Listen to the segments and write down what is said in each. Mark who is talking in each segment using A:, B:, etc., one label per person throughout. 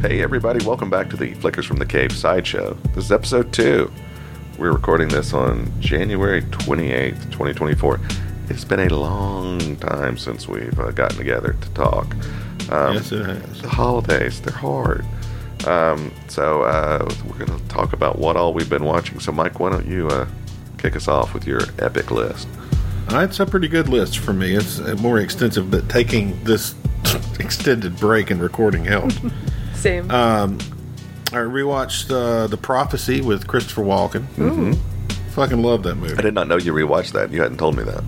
A: Hey, everybody, welcome back to the Flickers from the Cave Sideshow. This is episode two. We're recording this on January 28th, 2024. It's been a long time since we've uh, gotten together to talk. Um,
B: Yes, it has.
A: the holidays, they're hard. Um, so, uh, we're going to talk about what all we've been watching. So, Mike, why don't you uh, kick us off with your epic list?
B: Uh, It's a pretty good list for me. It's uh, more extensive, but taking this extended break and recording helped.
C: Same.
B: I rewatched uh, The Prophecy with Christopher Walken. Mm-hmm. Fucking love that movie.
A: I did not know you rewatched that. You hadn't told me that.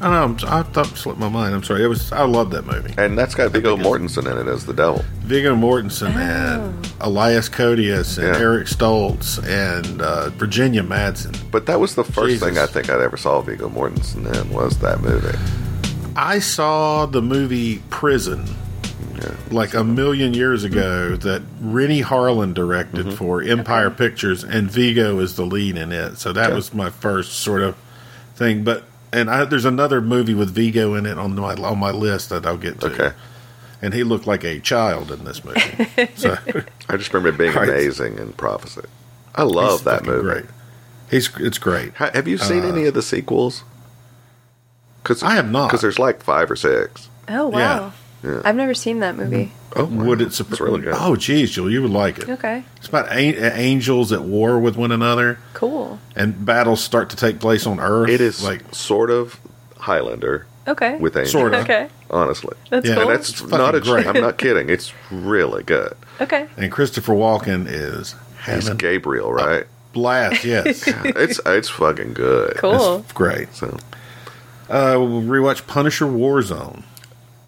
B: I know. I'm, I thought it slipped my mind. I'm sorry. It was. I love that movie.
A: And that's got Viggo Mortensen in it as the devil.
B: Viggo Mortensen and Elias Koteas and
A: Yeah.
B: Eric Stoltz and uh, Virginia Madsen.
A: But that was the first
B: Jesus.
A: thing I think I'd ever saw Viggo Mortensen in was that movie.
B: I saw the movie Prison
A: Yeah.
B: like a million years ago that Rennie Harlan directed
A: Mm-hmm.
B: for Empire Pictures, and Vigo is the lead in it. So that
A: Okay.
B: was my first sort of thing. But and I, there's another movie with Vigo in it on my on my list that I'll get to.
A: Okay.
B: And he looked like a child in this movie. so
A: I just remember it being
B: Right.
A: amazing in Prophecy. I love
B: he's
A: that
B: fucking
A: movie.
B: Great. He's it's great.
A: Ha- have you seen any of the sequels? Cause,
B: I have not.
A: Because there's like five or six.
C: oh wow.
A: yeah.
C: I've never seen that movie.
A: Oh,
B: Would it
A: It's
B: surprise?
A: really good.
B: oh, geez, Jill, you would like it.
C: Okay.
B: It's about a- angels at war with one another,
C: Cool.
B: and battles start to take place on Earth.
A: It is
B: like
A: like sort of Highlander
C: Okay.
A: with angels.
B: Sorta.
C: Okay.
A: Honestly.
C: That's
B: Yeah,
C: cool.
A: And that's
B: It's fucking
A: not a
B: great.
A: I'm not kidding. It's really good.
C: okay.
B: And Christopher Walken is
A: He's
B: having a
A: Gabriel, right?
B: blast. Yes,
A: it's it's fucking good.
C: Cool.
B: It's great.
A: So
B: Uh, we'll rewatch Punisher Warzone.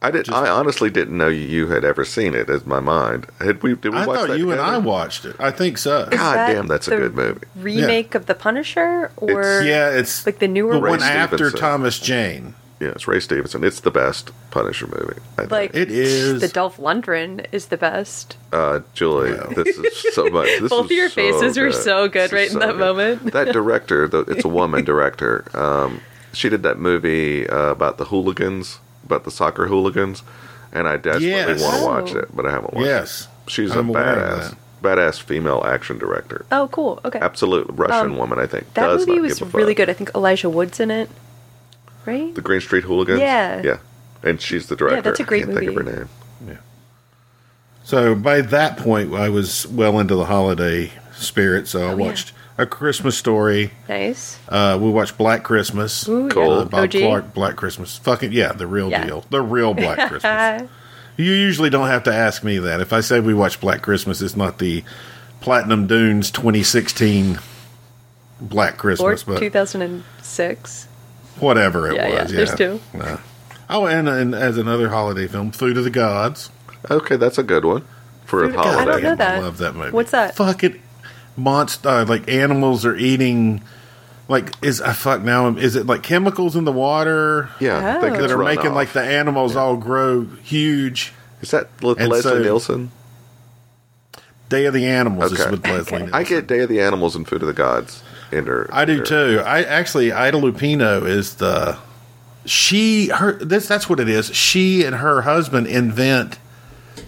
A: I did. I honestly didn't know you had ever seen it. Is my mind had we? Did we
B: I
A: watch
B: thought
A: that
B: you and I
A: together?
B: watched it. I think so.
A: God
C: that
A: damn, that's a
C: the
A: good movie.
C: Remake of The Punisher or
B: Yeah, it's
C: Like the newer
B: the
C: one?
B: one
A: Ray
B: after
A: Stevenson.
B: Thomas Jane.
A: Yeah, it's Ray Stevenson. It's the best Punisher movie. I think.
C: like
B: It is-
C: the Dolph Lundgren is the best.
A: uh, Julie, this is so much. This is
C: Both your
A: so
C: faces were
A: good.
C: so good
A: This is
C: right in that moment.
A: that director, though, it's a woman director. Um, she did that movie uh, about the hooligans, about the soccer hooligans, and I desperately
B: Yes.
A: want to
C: Oh.
A: watch it, but I haven't watched
B: Yes,
A: it. She's
B: I'm
A: a
B: aware of
A: badass, badass female action director.
C: Oh, cool. Okay.
A: Absolute Russian
C: Um,
A: woman, I think.
C: That
A: does
C: movie
A: not
C: was
A: give a
C: really
A: fuck.
C: good. I think Elijah Wood's in it. Right?
A: The Green Street Hooligans.
C: Yeah.
A: yeah, and she's the director.
C: that's a great
A: I can't Think of
C: movie.
A: her name.
B: Yeah. So by that point, I was well into the holiday spirit. So I
C: Oh, yeah.
B: watched A Christmas Story.
C: nice.
B: Uh, we watched Black Christmas.
C: Ooh,
A: Cool.
B: Uh,
C: yeah.
B: Bob
C: OG.
B: Clark, Black Christmas. Fucking yeah, the real
C: Yeah.
B: deal. The real Black Christmas.
C: Ah,
B: You usually don't have to ask me that. If I say we watch Black Christmas, it's not the Platinum Dunes 2016 Black
C: or
B: Christmas, but
C: 2006.
B: whatever it
C: Yeah, yeah,
B: was.
C: there's two.
B: Uh, oh, and, and as another holiday film, Food of the Gods.
A: Okay, that's a good one for
C: Dude,
A: a
C: I don't
A: holiday.
C: know that.
B: I love that movie.
C: What's that?
B: Fucking monster. Uh, like animals are eating. Like is I fuck now? Is it like chemicals in the water?
A: Yeah,
C: Oh.
A: that, gets
B: that are
A: run
B: making
A: off.
B: like the animals all grow huge.
A: Is that Le-
B: And
A: Leslie
B: so-
A: Nielsen?
B: Day of the Animals is
A: Okay.
B: with Leslie.
A: I
B: Nielsen.
A: get Day of the Animals and Food of the Gods in her.
B: I do
A: in her-
B: too. I actually Ida Lupino is the she her this that's what it is. She and her husband invent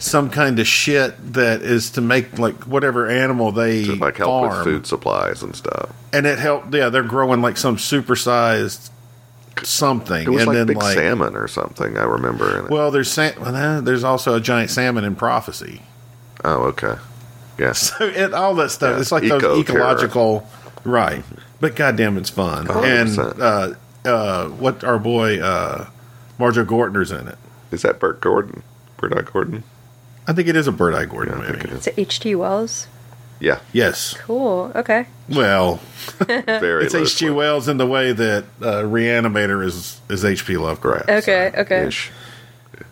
B: some kind of shit that is to make like whatever animal they
A: To like help
B: farm,
A: with food supplies and stuff.
B: and it helped. Yeah, they're growing like some supersized something,
A: It was
B: and
A: like
B: then
A: big
B: like
A: salmon or something. I remember. In it.
B: well, there's sa- well, no, there's also a giant salmon in prophecy.
A: oh, okay. Yes.
B: So it all that stuff.
A: Yeah,
B: It's like
A: eco-terror.
B: those ecological, right? But goddamn, it's fun. And
A: 100%.
B: uh, uh, what our boy uh, Marjo Gortner's in it.
A: Is that Burt Gordon? Burdock Gordon?
B: I think it is a Bird Eye Gordon
A: Yeah, I think it
B: movie.
A: is.
C: It's H.G. Wells.
A: Yeah,
B: Yes.
C: Cool. Okay.
B: Well,
C: Uh,
A: very.
B: it's H.G.
A: loosely.
B: Wells in the way that uh, Reanimator is is H.P. Lovecraft.
A: Right.
C: Okay, okay.
A: Ish.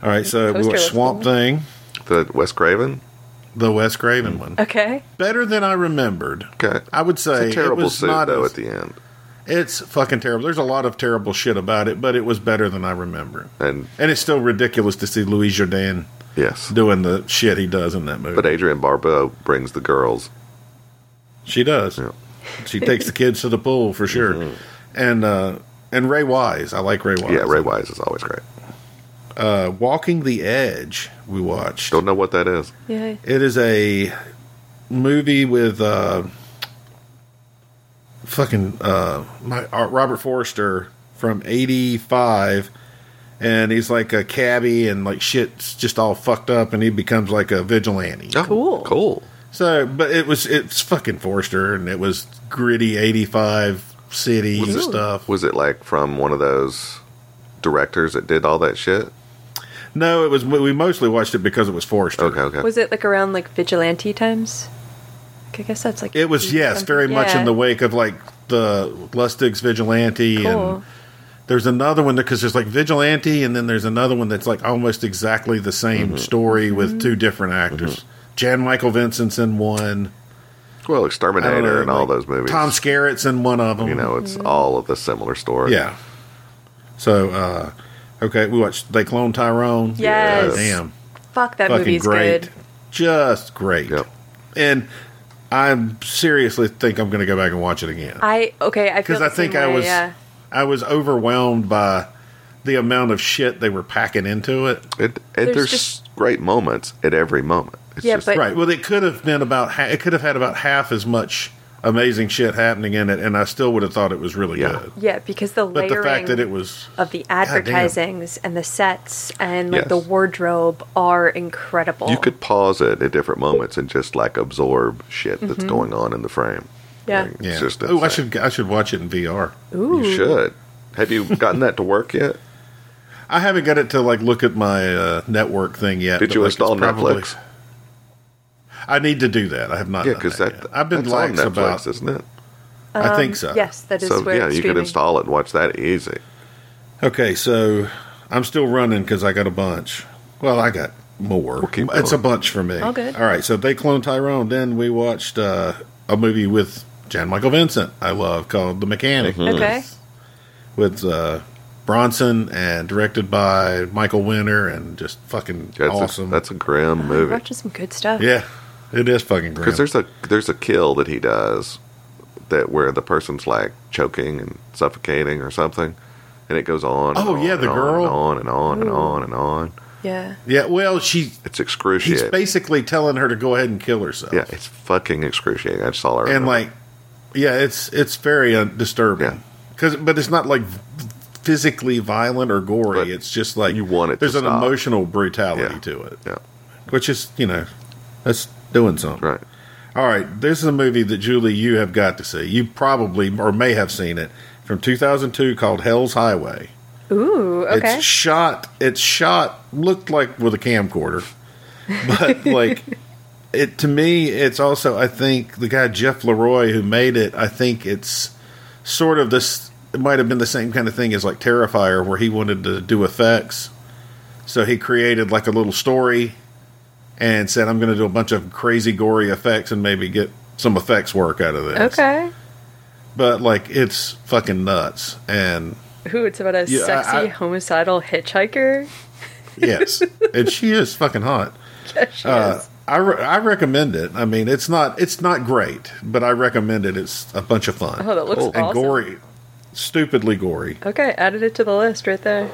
B: All right. So we
C: Poster
B: watched
C: looks
B: Swamp
C: cool.
B: Thing,
A: The Wes Craven.
B: the Wes Craven one.
C: Okay.
B: Better than I remembered.
A: Okay.
B: I would say
A: It's a terrible
B: it was
A: suit
B: not
A: though
B: as-
A: at the end,
B: It's fucking terrible. There's a lot of terrible shit about it, but it was better than I remember.
A: and
B: And it's still ridiculous to see Louis Jourdain
A: yes,
B: doing the shit he does in that movie.
A: but Adrian Barbeau brings the girls.
B: she does.
A: Yeah. Mm-hmm.
B: She takes the kids to the pool for sure. And uh, and Ray Wise, I like Ray Wise.
A: Yeah, Ray Wise is always great.
B: uh, Walking the Edge. We watched.
A: Don't know what that is.
C: Yay.
B: It is a movie with uh, fucking uh, my uh, Robert Forster from '85, and he's like a cabbie, and like shit's just all fucked up, and he becomes like a vigilante.
A: Oh,
C: Cool.
A: Cool.
B: So, but it was it's fucking Forster, and it was gritty '85 city
A: Was
B: and
A: it-
B: stuff.
A: Was it like from one of those directors that did all that shit?
B: No, it was we mostly watched it because it was Forster.
A: Okay, okay.
C: Was it like around like vigilante times? Like, I guess that's like.
B: It was yes, very much in the wake of like the Lustig's Vigilante,
C: Cool.
B: and there's another one because there's like Vigilante, and then there's another one that's like almost exactly the same
A: Mm-hmm.
B: story
C: Mm-hmm.
B: with two different actors. Jan Michael Vincent's in one.
A: well,
B: I don't
A: Exterminator
B: know,
A: and all
B: Uh, like,
A: those movies.
B: Tom Skerritt's in one of them.
A: you know, it's all of the similar story.
B: yeah. So, uh, okay, we watched They Clone Tyrone.
C: Yes.
B: damn,
C: Fuck, that
B: fucking
C: movie's
B: great,
C: good.
B: just great.
A: Yep.
B: And I seriously think I'm going to go back and watch it again.
C: I okay. I
B: because
C: feel the
B: I think
C: same
B: I
C: way,
B: was
C: Yeah.
B: I was overwhelmed by the amount of shit they were packing into it.
A: It, it,
C: There's
A: there's
C: just-
A: great moments at every moment. It's
C: Yeah,
A: just,
C: but-
B: right. Well, it could have been about ha- it could have had about half as much amazing shit happening in it, and I still would have thought it was really
A: Yeah.
B: good.
C: Yeah, because the
B: But
C: layering
B: the fact that it was
C: of the advertisings and the sets and like the
A: Yes.
C: wardrobe are incredible.
A: you could pause it at different moments and just like absorb shit that's
C: Mm-hmm.
A: going on in the frame.
C: Yeah.
A: Like, it's
B: yeah.
A: just
B: oh, I
A: insane.
B: should I should watch it in VR.
C: Ooh.
A: You should. Have you gotten that to work yet?
B: I haven't got it to like look at my uh, network thing yet.
A: Did
B: but,
A: you
B: like, it's
A: install
B: probably-
A: Netflix?
B: I need to do that. I have not.
A: Yeah,
B: done
A: because
B: that
A: that,
B: yet. Uh, I've been
A: that's on
B: lax
A: Netflix,
B: about.
A: isn't it?
B: I think so.
C: Um, Yes, that is
A: So
C: where
A: yeah,
C: it's
A: you could
C: streaming.
A: install it and watch that easy.
B: Okay, so I'm still running because I got a bunch. Well, I got more.
A: keep
B: it's a
A: going.
B: bunch for me.
C: All good.
B: All right, so they cloned Tyrone. Then we watched uh, a movie with Jan Michael Vincent. I love called The Mechanic.
A: Mm-hmm.
C: Okay.
B: With uh, Bronson and directed by Michael Winter and just fucking
A: That's
B: awesome.
A: A, that's a grim
C: We're
A: movie.
C: watching some good stuff.
B: yeah, it is fucking great.
A: Because there's a there's a kill that he does that where the person's like choking and suffocating or something, and it goes on. and
B: Oh,
A: on
B: yeah,
A: and
B: the
A: on
B: girl.
A: and on and on and on and on.
C: Yeah.
B: yeah, well, she
A: It's
B: he's
A: excruciating.
B: basically telling her to go ahead and kill herself.
A: yeah, it's fucking excruciating. I just saw her
B: and like yeah it's it's very uh, disturbing
A: Yeah.
B: because but it's not like physically violent or gory
A: But
B: it's just like
A: you want it
B: there's
A: to
B: an
A: stop.
B: emotional brutality
A: Yeah.
B: to it
A: yeah,
B: which is you know that's doing something
A: right.
B: all right this is a movie that julie you have got to see you probably or may have seen it from 2002 called hell's highway
C: Ooh. Okay.
B: it's shot. It's shot. Looked like with a camcorder, but like it to me, it's also I think the guy Jeff Leroy who made it. I think it's sort of this. It might have been the same kind of thing as like Terrifier, where he wanted to do effects, so he created like a little story and said, "I'm going to do a bunch of crazy gory effects and maybe get some effects work out of this."
C: okay.
B: but like it's fucking nuts and.
C: Ooh, it's about a
B: Yeah, I-
C: sexy
B: I-
C: homicidal hitchhiker.
B: Yes, and she is fucking hot.
C: Yeah, she
B: Uh,
C: is.
B: I, re- I recommend it. I mean, it's not it's not great, but I recommend it. It's a bunch of fun.
C: Oh, that looks
A: cool.
B: and
C: awesome.
B: gory, stupidly gory.
C: Okay, added it to the list right there.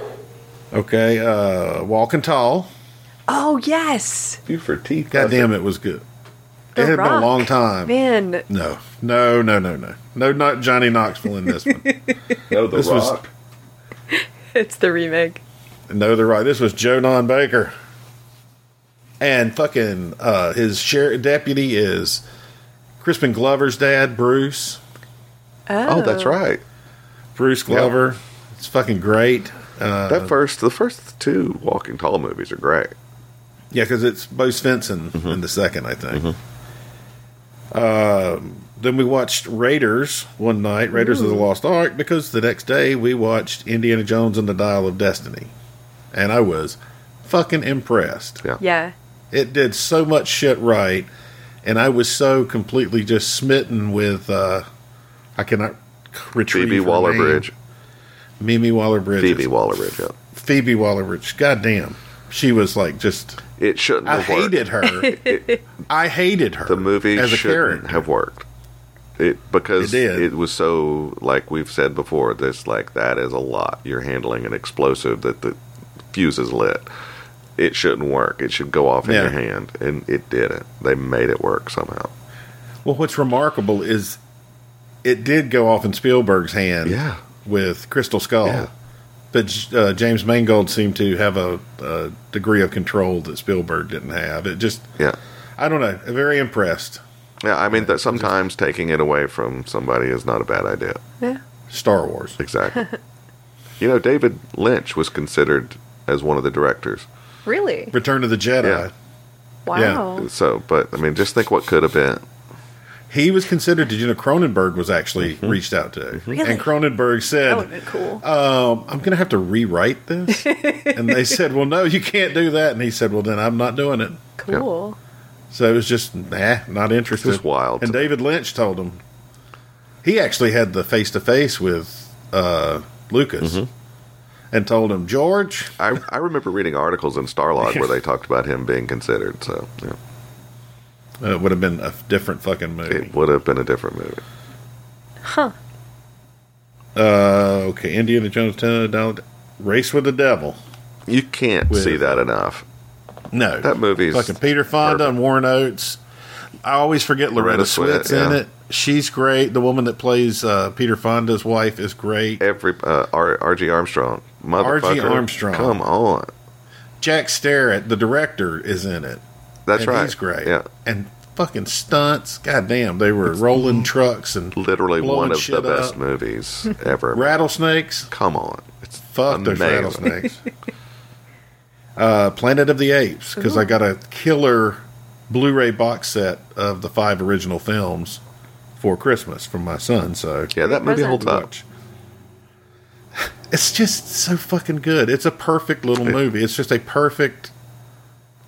B: Okay, uh, Walking Tall.
C: Oh yes,
A: for teeth.
B: God damn, it was good.
C: The
B: it had been a
C: Rock.
B: long time.
C: man.
B: No, no, no, no, no, no. Not Johnny Knoxville in this one.
A: No, the
B: This was- Rock.
C: It's the remake.
B: no, they're right. This was Joe Don Baker, and fucking uh, his sheriff deputy is Crispin Glover's dad, Bruce.
A: Oh, that's right.
B: Bruce Glover. It's fucking great. Uh,
A: That first, the first two Walking Tall movies are great.
B: yeah, because it's Bo Svensson in the second, I think.
A: Mm-hmm.
B: Um, then we watched Raiders one night, Raiders of the Lost Ark, because the next day we watched Indiana Jones and the Dial of Destiny. And I was fucking impressed.
A: Yeah.
C: Oh. Yeah.
B: It did so much shit right. And I was so completely just smitten with, uh, I cannot retrieve
A: Phoebe
B: her
A: Waller
B: name.
A: Bridge.
B: Mimi Waller Bridge.
A: Phoebe Waller Bridge. Yeah.
B: Phoebe Waller Rich. Goddamn. She was like just.
A: It shouldn't.
B: I
A: have worked.
B: hated her.
A: It-
B: I hated her.
A: the movie
B: as a
A: shouldn't
B: character.
A: have worked. It because
B: It did.
A: it, was so like we've said before. This like that is a lot. You're handling an explosive that the fuse is lit. It shouldn't work. It should go off in
B: Yeah.
A: your hand, and it didn't. They made it work somehow.
B: Well, what's remarkable is it did go off in Spielberg's hand
A: Yeah.
B: with Crystal Skull.
A: Yeah.
B: But uh, James Mangold seemed to have a, a degree of control that Spielberg didn't have. It just,
A: Yeah,
B: I don't know, very impressed.
A: yeah. I mean that sometimes taking it away from somebody is not a bad idea.
C: Yeah.
B: Star Wars.
A: Exactly. you know, David Lynch was considered as one of the directors.
C: Really?
B: Return of the Jedi.
A: Yeah.
C: Wow.
A: So, but I mean, just think what could have been.
B: He was considered, did you know Cronenberg was actually
A: Mm-hmm.
B: reached out to?
C: Really?
B: And Cronenberg said,
C: That would have been cool.
B: um, I'm going to have to rewrite this. and they said, Well, no, you can't do that. And he said, Well, then I'm not doing it.
C: cool.
B: So it was just, nah, not interested.
A: It's just wild.
B: And David Lynch told him. He actually had the face to face with uh, Lucas
A: Mm-hmm.
B: and told him, George,
A: I, I remember reading articles in Starlog where they talked about him being considered. So yeah,
B: uh, it would have been a different fucking movie.
A: it would have been a different movie.
C: Huh.
B: Uh, okay, Indiana Jones, Ten Dollar Race with the Devil.
A: You can't
B: With-
A: see that enough.
B: No.
A: That movie's
B: Fucking Peter Fonda
A: perfect.
B: and Warren Oates. I always forget Loretta,
A: Loretta Swett,
B: Swift's in
A: yeah.
B: it. She's great. The woman that plays uh, Peter Fonda's wife is great.
A: Every uh, R, R.G. Armstrong, motherfucker,
B: Armstrong.
A: Come on,
B: Jack Starrett, the director, is in it.
A: that's
B: and
A: right.
B: He's great.
A: Yeah,
B: And fucking stunts. God damn, they were rolling trucks and
A: literally
B: blowing
A: one of the
B: shit
A: best
B: up.
A: movies ever.
B: rattlesnakes.
A: Come on, it's
B: Fuck, there's
A: amazing.
B: rattlesnakes. uh, Planet of the Apes, because I got a killer Blu-ray box set of the five original films for Christmas from my son. So
A: Yeah, that movie
C: Present.
A: holds up.
B: watch. It's just so fucking good. It's a perfect little movie. It's just a perfect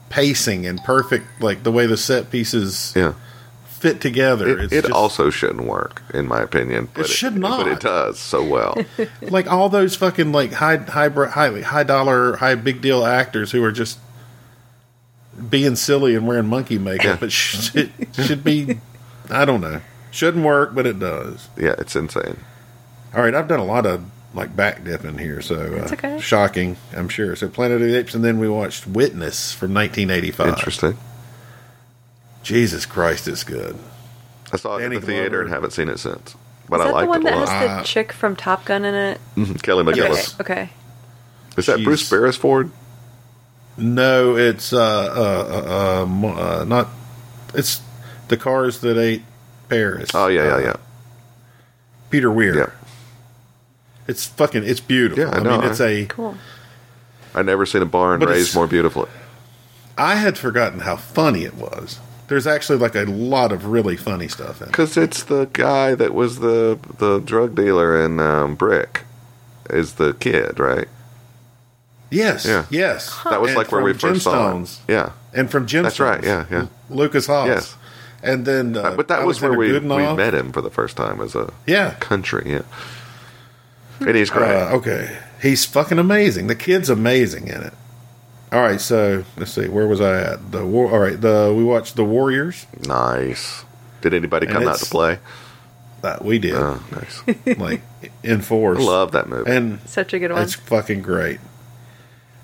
B: pacing and perfect like the way the set pieces
A: Yeah.
B: fit together.
A: It,
B: it's
A: it
B: just,
A: also shouldn't work, in my opinion. but
B: should
A: but it
B: not.
A: does so well.
B: like all those fucking like high high br- high high dollar high big deal actors who are just being silly and wearing monkey makeup. It should, should be, I don't know, shouldn't work, but it does.
A: yeah, it's insane.
B: All right, I've done a lot of like back dipping here, so uh,
C: That's okay.
B: shocking, I'm sure. So Planet of the Apes, and then we watched Witness from 1985.
A: Interesting.
B: Jesus Christ, it's good.
A: I saw it
B: Danny
A: in the theater
B: Glover.
A: and haven't seen it since, but
C: Is
A: I
C: that the
A: liked
C: one
A: it
C: that
A: a lot.
C: has
B: Uh,
C: the chick from Top Gun in it?
A: Mhm, Kelly
C: Okay.
A: McGillis.
C: Okay.
A: Is that Bruce
B: She's-
A: Beresford?
B: No, it's uh, uh, uh, uh, mo- uh not. It's the cars that ate Paris.
A: Oh yeah, yeah,
B: Uh,
A: yeah.
B: Peter Weir.
A: Yeah.
B: It's fucking. It's beautiful.
A: Yeah, I
B: I,
A: know,
B: mean, it's
A: I-
B: a.
C: Cool.
A: I never seen a barn
B: But
A: raised
B: it's-
A: more beautifully.
B: I had forgotten how funny it was. There's actually like a lot of really funny stuff in it.
A: Because it's the guy that was the the drug dealer in um, Brick, is the kid, right?
B: Yes.
A: Yeah.
B: Yes.
A: That was
B: And
A: like where we
B: from
A: first saw it.
B: Gemstones.
A: Yeah,
B: and from Jim.
A: That's right, yeah, yeah.
B: Lucas Haas.
A: Yes.
B: And then, uh,
A: but that was where we,
B: Alexander
A: we
B: Goodenough.
A: met him for the first time as a
B: Yeah.
A: country. Yeah, and he's great.
B: Uh, okay. He's fucking amazing. The kid's amazing in it. All right. So let's see. Where was I at? The war. All right. The we watched the Warriors.
A: nice. Did anybody
B: And
A: come out to
B: it's-
A: play?
B: That we did.
A: Oh, nice.
B: like in force.
A: I love that movie.
B: And
C: Such a good one.
B: it's fucking great.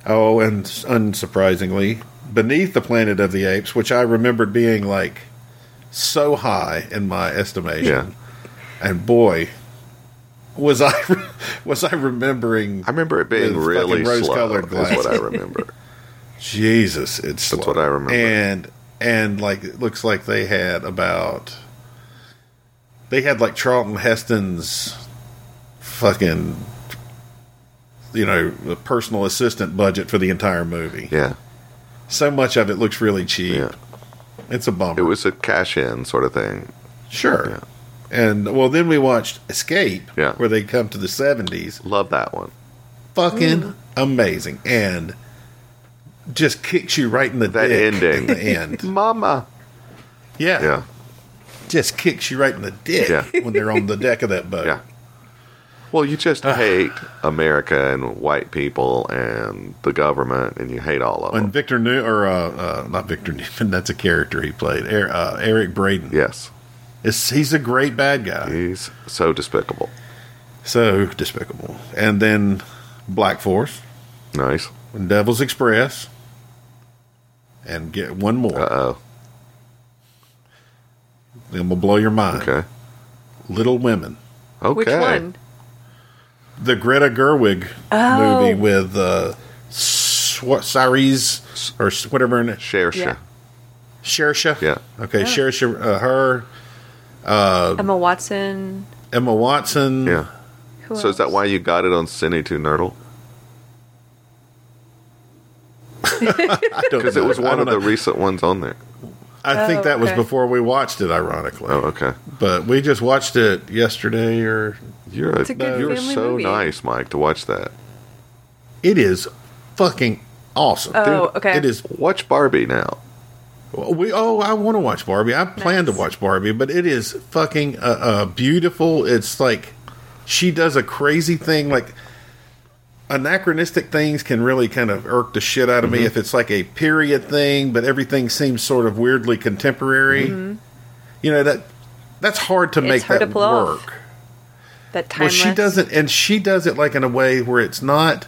B: Oh, and s- unsurprisingly, beneath the Planet of the Apes, which I remembered being like so high in my estimation, and boy, was I was I remembering?
A: I remember it being
B: With
A: really
B: fucking
A: slow.
B: rose-colored
A: Is
B: glass.
A: what I remember.
B: Jesus, it's
A: That's
B: slow.
A: what I remember.
B: And and like it looks like they had about they had like Charlton Heston's fucking you know the personal assistant budget for the entire movie.
A: yeah,
B: So much of it looks really cheap.
A: yeah.
B: It's a bummer.
A: It was a cash in sort of thing.
B: sure.
A: yeah.
B: And well, then we watched Escape,
A: Yeah.
B: where they come to the seventies.
A: Love that one.
B: fucking
A: Mm.
B: amazing and just kicks you right in the
A: That
B: dick
A: ending.
B: at the end.
A: Mama.
B: Yeah.
A: Yeah,
B: Just kicks you right in the dick
A: Yeah.
B: when they're on the deck of that boat.
A: yeah. Well, you just hate America and white people and the government, and you hate all of
B: When
A: them.
B: Victor New or uh, uh, not Victor Newman, that's a character he played. Er, uh, Eric Braden.
A: Yes,
B: It's, he's a great bad guy.
A: he's so despicable.
B: So despicable. And then Black Force.
A: Nice.
B: and Devil's Express, and get one more.
A: Uh oh.
B: Then we'll blow your mind.
A: Okay.
B: Little Women,
A: Okay.
C: Which one?
B: the Greta Gerwig
C: Oh.
B: movie with uh, Sw- Saris or s- whatever her name,
A: Share,
C: Yeah.
A: share.
B: Shersha.
A: Yeah.
C: Oh.
B: Okay, Shersha, uh, her,
A: Um,
C: Emma Watson.
B: Emma Watson.
A: Yeah.
C: Who
A: So is that
C: else?
A: why you got it on Cine to Nerdle? Because it was one of the recent ones on there.
B: I think
C: Oh,
B: that was
C: okay.
B: before we watched it, ironically.
A: Oh, okay.
B: But we just watched it yesterday, or
A: You're a,
C: It's a good
A: you're
C: family
A: so
C: movie.
A: nice, Mike, to watch that.
B: it is fucking awesome.
C: Oh,
B: dude.
C: okay.
B: It is.
A: Watch Barbie now.
B: We oh, I want to watch Barbie. I plan to
C: Nice.
B: watch Barbie, but it is fucking uh, uh, beautiful. It's like she does a crazy thing, like anachronistic things can really kind of irk the shit out of me if it's like a period thing, but everything seems sort of weirdly contemporary. You know that that's hard to
C: Mm-hmm. It's
B: make
C: hard
B: that
C: to pull off.
B: work.
C: That timeless.
B: Well, she doesn't, and she does it like in a way where it's not.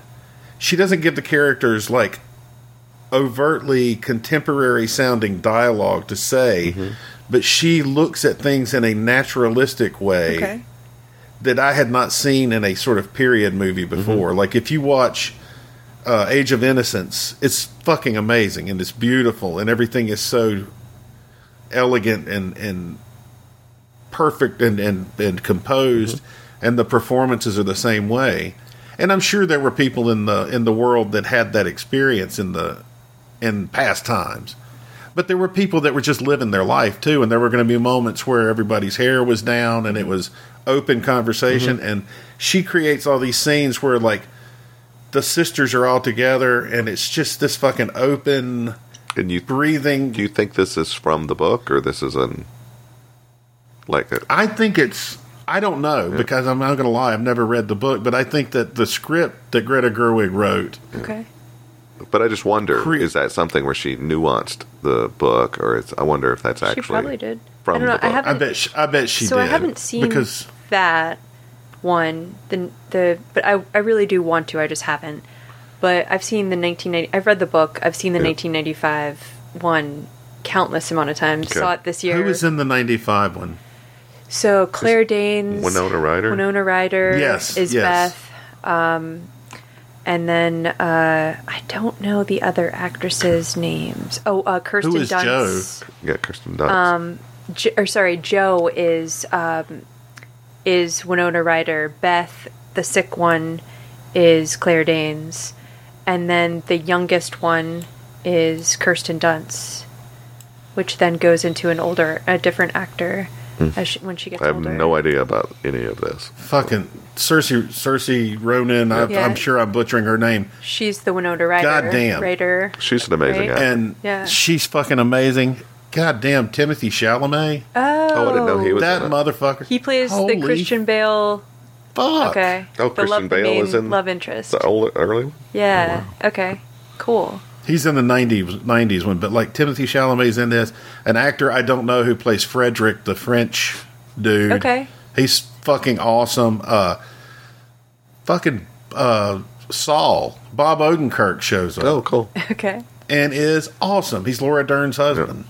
B: She doesn't give the characters like overtly contemporary sounding dialogue to say,
C: Mm-hmm.
B: but she looks at things in a naturalistic way
C: Okay.
B: that I had not seen in a sort of period movie before. Like if you watch uh, Age of Innocence, it's fucking amazing and it's beautiful and everything is so elegant and and perfect and and, and composed and the performances are the same way. And I'm sure there were people in the in the world that had that experience in the in past times. But there were people that were just living their life too, and there were going to be moments where everybody's hair was down and it was open conversation. And she creates all these scenes where like the sisters are all together, and it's just this fucking open
A: And you
B: breathing.
A: do you think this is from the book or this is an like a,
B: I think it's. I don't know because I'm not going to lie. I've never read the book, but I think that the script that Greta Gerwig wrote
C: Okay.
A: but I just wonder
B: Cre-
A: is that something where she nuanced the book or it's I wonder if that's
C: she
A: actually
C: probably did.
A: from
C: I don't
A: the
C: know. I
A: book.
B: I
C: haven't.
B: bet she, I bet she
C: so
B: did.
C: I haven't seen
B: because
C: that one. The the but I I really do want to. I just haven't. But I've seen the 1990. I've read the book. I've seen the
A: Yeah.
C: 1995 one countless amount of times.
A: Okay.
C: Saw it this year.
B: who was in the '95 one?
C: so Claire Danes,
A: Winona Ryder?
C: Winona Ryder,
B: Yes,
C: is
B: yes.
C: Beth. Um, and then uh, I don't know the other actresses' names. Oh, uh, Kirsten
B: is
C: Dunst.
B: Joe?
A: yeah Kirsten Dunst
C: Um, J- or sorry, Joe is um, is Winona Ryder. Beth, the sick one, is Claire Danes, and then the youngest one is Kirsten Dunst, which then goes into an older, a different actor as she, when she gets
A: Hmm. I have
C: older.
A: no idea about any of this
B: fucking Cersei Cersei Ronan. I,
C: Yeah.
B: I'm sure I'm butchering her name,
C: She's the Winona Ryder.
B: Goddamn.
C: Ryder.
A: she's an amazing
C: Right.
A: actor
B: and
C: Yeah.
B: she's fucking amazing. God damn, Timothy Chalamet,
C: Oh,
A: I didn't know he was-
B: that
A: that?
B: motherfucker.
C: He plays
B: Holy
C: the Christian Bale.
B: Fuck.
C: Okay.
A: Oh,
C: the love,
A: Christian
C: the
A: Bale
C: main
A: is in-
C: love interest.
A: the old, early one?
C: yeah. Okay. Cool.
B: He's in the 90s, 90s one, but like Timothy Chalamet's in this. An actor I don't know who plays Frederick, the French dude.
C: Okay.
B: He's fucking awesome. Uh, fucking uh, Saul, Bob Odenkirk shows up
A: oh cool
C: Okay.
B: and is awesome. He's Laura Dern's husband.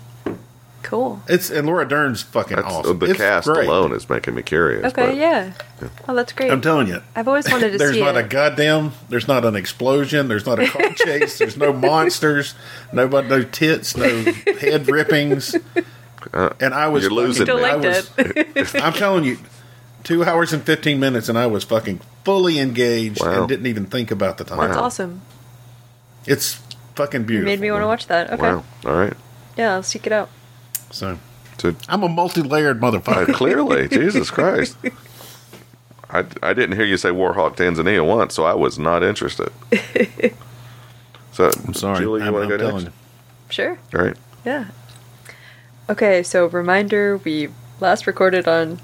C: Cool.
B: It's And Laura Dern's fucking
A: that's
B: awesome.
A: the
B: It's
A: cast
B: great.
A: alone is making me curious
C: Okay,
A: but-
C: yeah. Oh, that's great.
B: I'm telling you.
C: I've always wanted to
B: there's
C: see
B: not
C: it.
B: a goddamn there's not an explosion there's not a car chase there's no monsters nobody no tits no head rippings and i
A: Uh,
B: was
A: You're losing
B: fucking-
C: Still
A: me.
B: I
C: liked
B: was,
C: it.
B: i'm telling you two hours and 15 minutes and i was fucking fully engaged
A: Wow.
B: and didn't even think about the time
C: that's
A: Wow.
C: awesome.
B: it's fucking
C: You
B: beautiful
C: made me want to watch that. Okay.
A: wow all right
C: Yeah, I'll seek it out.
B: so
A: so
B: i'm a multi-layered
A: Uh,
B: motherfucker
A: clearly, Jesus Christ. I, I didn't hear you say Warhawk Tanzania once, so I was not interested. So
B: i'm sorry
A: Julie, you
B: I'm-
A: want
B: I'm
A: to go
B: telling
A: next?
C: Sure.
A: All right.
C: Yeah. Okay, so reminder, we last recorded on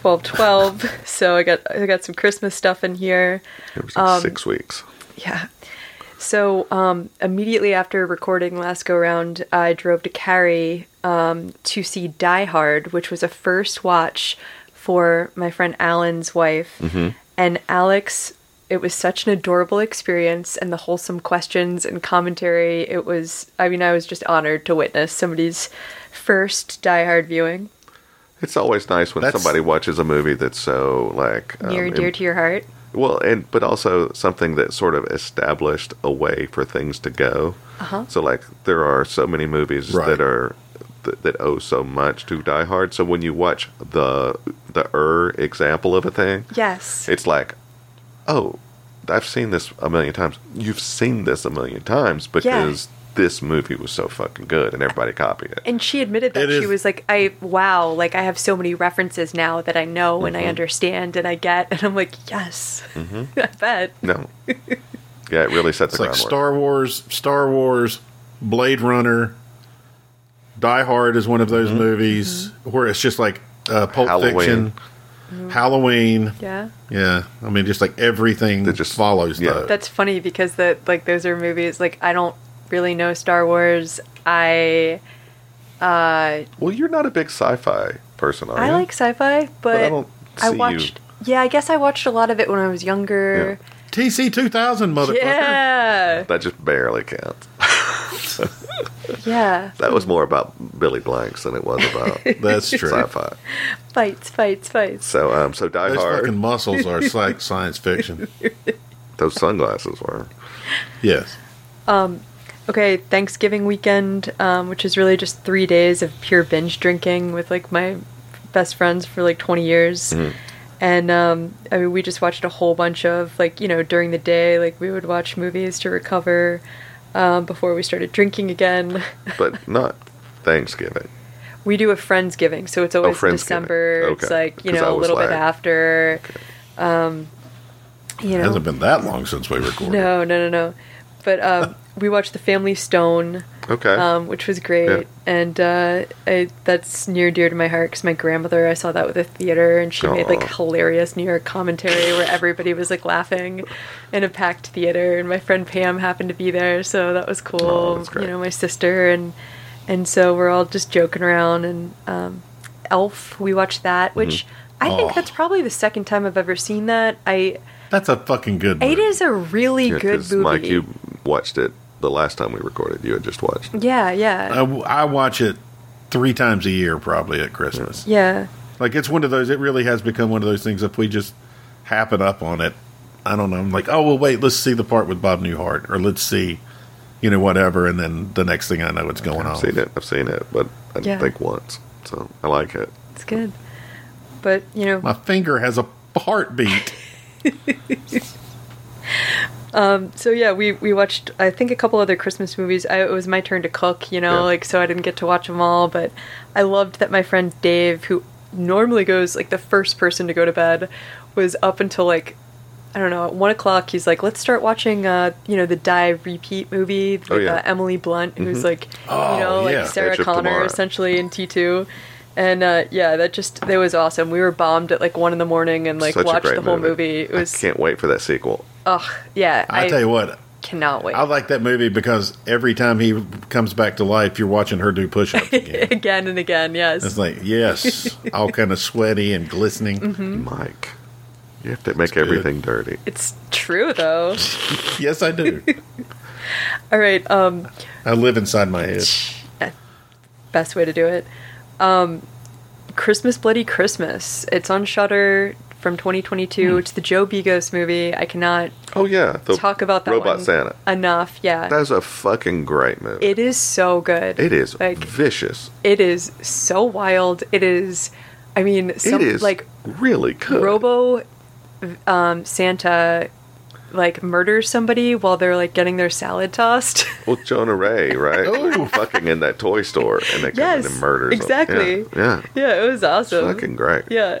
C: 1212, so I got I got some Christmas stuff in here.
A: It was like
C: Um,
A: six weeks.
C: Yeah. So um, immediately after recording last go round, I drove to Cary um, to see Die Hard, which was a first watch for my friend Alan's wife. And Alex It was such an adorable experience, and the wholesome questions and commentary. It was, I mean, I was just honored to witness somebody's first Die Hard viewing.
A: It's always nice when
B: That's-
A: somebody watches a movie that's so like um,
C: Near and dear
A: im-
C: to your heart.
A: well, and but also something that sort of established a way for things to go.
C: Uh-huh.
A: So like there are so many movies
B: Right.
A: that are th- that owe so much to Die Hard. So when you watch the the er example of a thing,
C: Yes.
A: it's like, oh, I've seen this a million times. You've seen this a million times because this movie was so fucking good and everybody copied it.
C: And she admitted that
B: It
C: she
B: is-
C: was like, I wow, like I have so many references now that I know and
A: Mm-hmm.
C: I understand and I get, and I'm like, yes, I bet.
A: No. Yeah, it really sets
B: It's
A: the
B: like
A: groundwork.
B: Star Wars, Star Wars, Blade Runner, Die Hard is one of those movies
C: Mm-hmm.
B: where it's just like uh, Pulp
A: Mm-hmm. Halloween.
B: Fiction, Halloween.
C: Yeah,
B: Yeah, I mean, just like everything
A: That just-
B: just follows
A: yeah.
B: those.
C: that's funny because that like those are movies like I don't really know Star Wars. I uh,
A: Well, you're not a big sci-fi person, are
C: I
A: you?
C: like sci-fi, but,
A: But I don't
C: I
A: see you-
C: watched. Yeah, I guess I watched a lot of it when I was younger.
B: TC two thousand motherfucker.
C: Yeah,
A: that just barely counts.
C: yeah,
A: That was more about Billy Blanks than it was about
B: That's true.
A: sci-fi.
C: fights, fights, fights.
A: So, um, so Die
B: Those
A: Hard.
B: fucking muscles are like science fiction.
A: Those sunglasses were.
B: Yes.
C: Um, Okay, Thanksgiving weekend, um, which is really just three days of pure binge drinking with like my best friends for like 20 years.
A: Mm-hmm.
C: And um, I mean, we just watched a whole bunch of like, you know, during the day, like we would watch movies to recover um, before we started drinking again.
A: but not Thanksgiving.
C: we do a Friendsgiving, so it's always
A: Oh,
C: in
A: Friendsgiving.
C: December. It's
A: Okay.
C: like, you
A: 'Cause I
C: know, a
A: was
C: little bit
A: like-
C: after. Um, you know,
B: hasn't been that long since we recorded.
C: no, no, no, no. But um, we watched The Family Stone.
A: Okay.
C: um, which was great.
A: Yeah.
C: And uh, I, that's near and dear to my heart because my grandmother, I saw that with the theater, and she made like
A: Aw.
C: hilarious New York commentary where everybody was like laughing in a packed theater. And my friend Pam happened to be there, so that was
A: Aw,
C: cool.
A: Oh, that's
C: you
A: great.
C: know, my sister and and so we're all just joking around. And um, Elf, we watched
A: Mm-hmm.
C: that, which I think
A: Oh.
B: Aw.
C: that's probably the second time I've ever seen that. I
B: That's a fucking good.
C: it
B: movie.
C: is a really
A: Yeah,
C: good
A: 'cause,
C: movie.
A: Mike, you watched it the last time we recorded. You had just watched.
C: yeah, yeah,
B: I, w- I watch it three times a year, probably at Christmas.
C: yeah.
B: Like it's one of those. It really has become one of those things. If we just happen up on it, I don't know. I'm like, oh well, wait, let's see the part with Bob Newhart, or let's see, you know, whatever. And then the next thing I know, it's going
A: I've
B: on.
A: seen it. I've seen it, but I
C: Oh. Yeah.
A: didn't think once. So I like it.
C: It's good. But, you know,
B: My finger has a heartbeat.
C: so yeah, we we watched I think a couple other Christmas movies. I, it was my turn to cook, you know,
A: Yeah.
C: like so I didn't get to watch them all, but I loved that my friend Dave, who normally goes like the first person to go to bed, was up until like I don't know at one o'clock. He's like, let's start watching, uh, you know, the Die Repeat movie with
A: Oh, yeah. Mm-hmm.
C: uh, Emily Blunt, who's like,
B: Oh,
C: you know,
B: yeah.
C: like Sarah
A: Edge of
C: Connor
A: Tomorrow.
C: essentially in T two. And uh, yeah, that just that was awesome. We were bombed at like one in the morning and like
A: Such a
C: watched
A: great
C: the whole movie.
A: movie.
C: It was
A: I can't wait for that sequel.
C: ugh, yeah.
B: I, tell you what,
C: cannot wait.
B: I like that movie because every time he comes back to life, you're watching her do push-ups again.
C: again and again.
B: It's
C: Yes.
B: like yes, all kind of sweaty and glistening.
C: Hmm?
A: Mike, you have to make
B: good.
A: everything dirty.
C: It's true though.
B: Yes, I do.
C: All right. Um
B: I live inside my head.
C: best way to do it. Um Christmas Bloody Christmas. It's on Shutter from 2022. It's the Joe Bigos movie. I cannot
A: Oh yeah, Hmm. the
C: talk about that
A: robot
C: one
A: Santa.
C: enough. Yeah.
A: That's a fucking great movie.
C: it is so good.
A: it is
C: Like
A: vicious.
C: it is so wild. It is I mean some
A: it is
C: like
A: like really good.
C: Robo um, Santa like murders somebody while they're like getting their salad tossed.
A: Well, Jonah Ray, right?
B: Oh.
A: fucking in that toy store, and they come
C: Yes,
A: in and murder.
C: exactly.
A: Yeah, yeah.
C: yeah, it was awesome.
A: fucking great.
C: Yeah,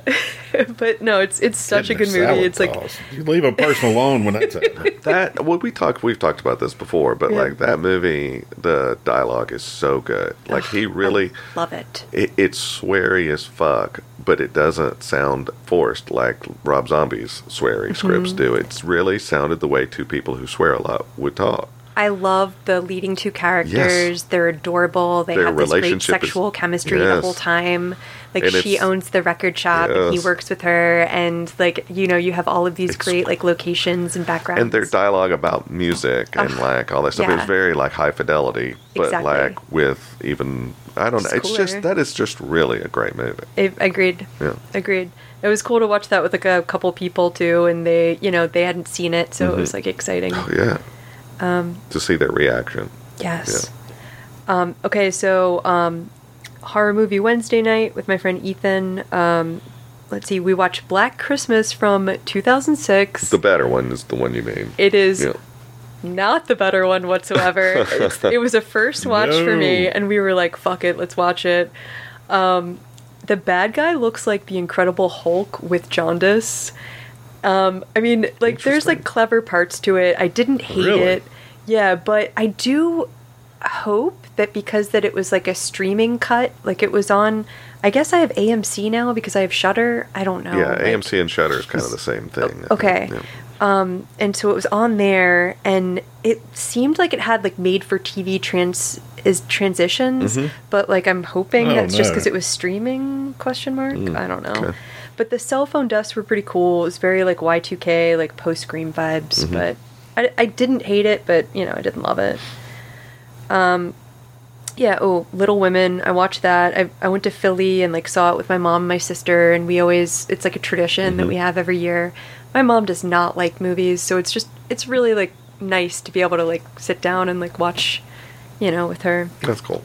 C: but no, it's it's such a
B: Getting
C: good
B: their salad
C: movie. It's like
B: tossed. you leave a person alone when that's happening.
A: That well, we talked. We've talked about this before, but
C: Yeah.
A: like that movie, the dialogue is so good. Like he really,
C: love it.
A: it, it's sweary as fuck, but it doesn't sound forced like
C: Mm-hmm.
A: Rob Zombie's sweary scripts do. It's really sounded the way two people who swear a lot would talk.
C: I love the leading two characters.
A: Yes.
C: They're adorable. They
A: Their
C: have this great
A: relationship is-
C: sexual chemistry the
A: yes.
C: whole time. Like
A: And
C: she
A: it's-
C: owns the record shop and he
A: Yes.
C: works with her and like you know, you have all of these
A: It's-
C: great like locations and backgrounds.
A: and their dialogue about music and
C: Ugh,
A: like all that stuff
C: Ah, yeah.
A: is very like high fidelity, but
C: Exactly.
A: like with even I don't know.
C: Just
A: It's just
C: cooler.
A: that is just really a great movie.
C: I- agreed.
A: Yeah.
C: Agreed. It was cool to watch that with like a couple people too and they you know, they hadn't seen it, so it was like exciting.
A: Oh yeah. Um, to see their reaction.
C: Yes. Um, okay, so um, horror movie Wednesday night with my friend Ethan. Um, let's see, we watched Black Christmas from 2006.
A: The better one is the one you mean.
C: it is
A: Yeah.
C: not the better one whatsoever. It's- it was a first watch for me,
B: No.
C: and we were like, "Fuck it, let's watch it." Um, the bad guy looks like the Incredible Hulk with jaundice. Um, I mean, like, there's
A: Interesting.
C: like clever parts to it. I didn't hate
B: Really?
C: it. Yeah, but I do hope that because that it was like a streaming cut, like it was on. I guess I have AMC now because I have Shutter. I don't know.
A: Yeah,
C: like-
A: AMC and Shutter is kind of the same thing. I think.
C: Oh, okay.
A: Yeah.
C: and so it was on there and it seemed like it had like made for tv trans is transitions but like i'm hoping
B: Oh,
C: that's just 'cause just
B: no.
C: because it was streaming question mark i don't know
A: okay.
C: but the cell phone deaths were pretty cool it was very like y2k like post scream vibes but I, I didn't hate it but you know i didn't love it um yeah oh little women i watched that I, I went to philly and like saw it with my mom and my sister and we always it's like a tradition that we have every year my mom does not like movies so it's just it's really like nice to be able to like sit down and like watch you know with her
A: That's cool.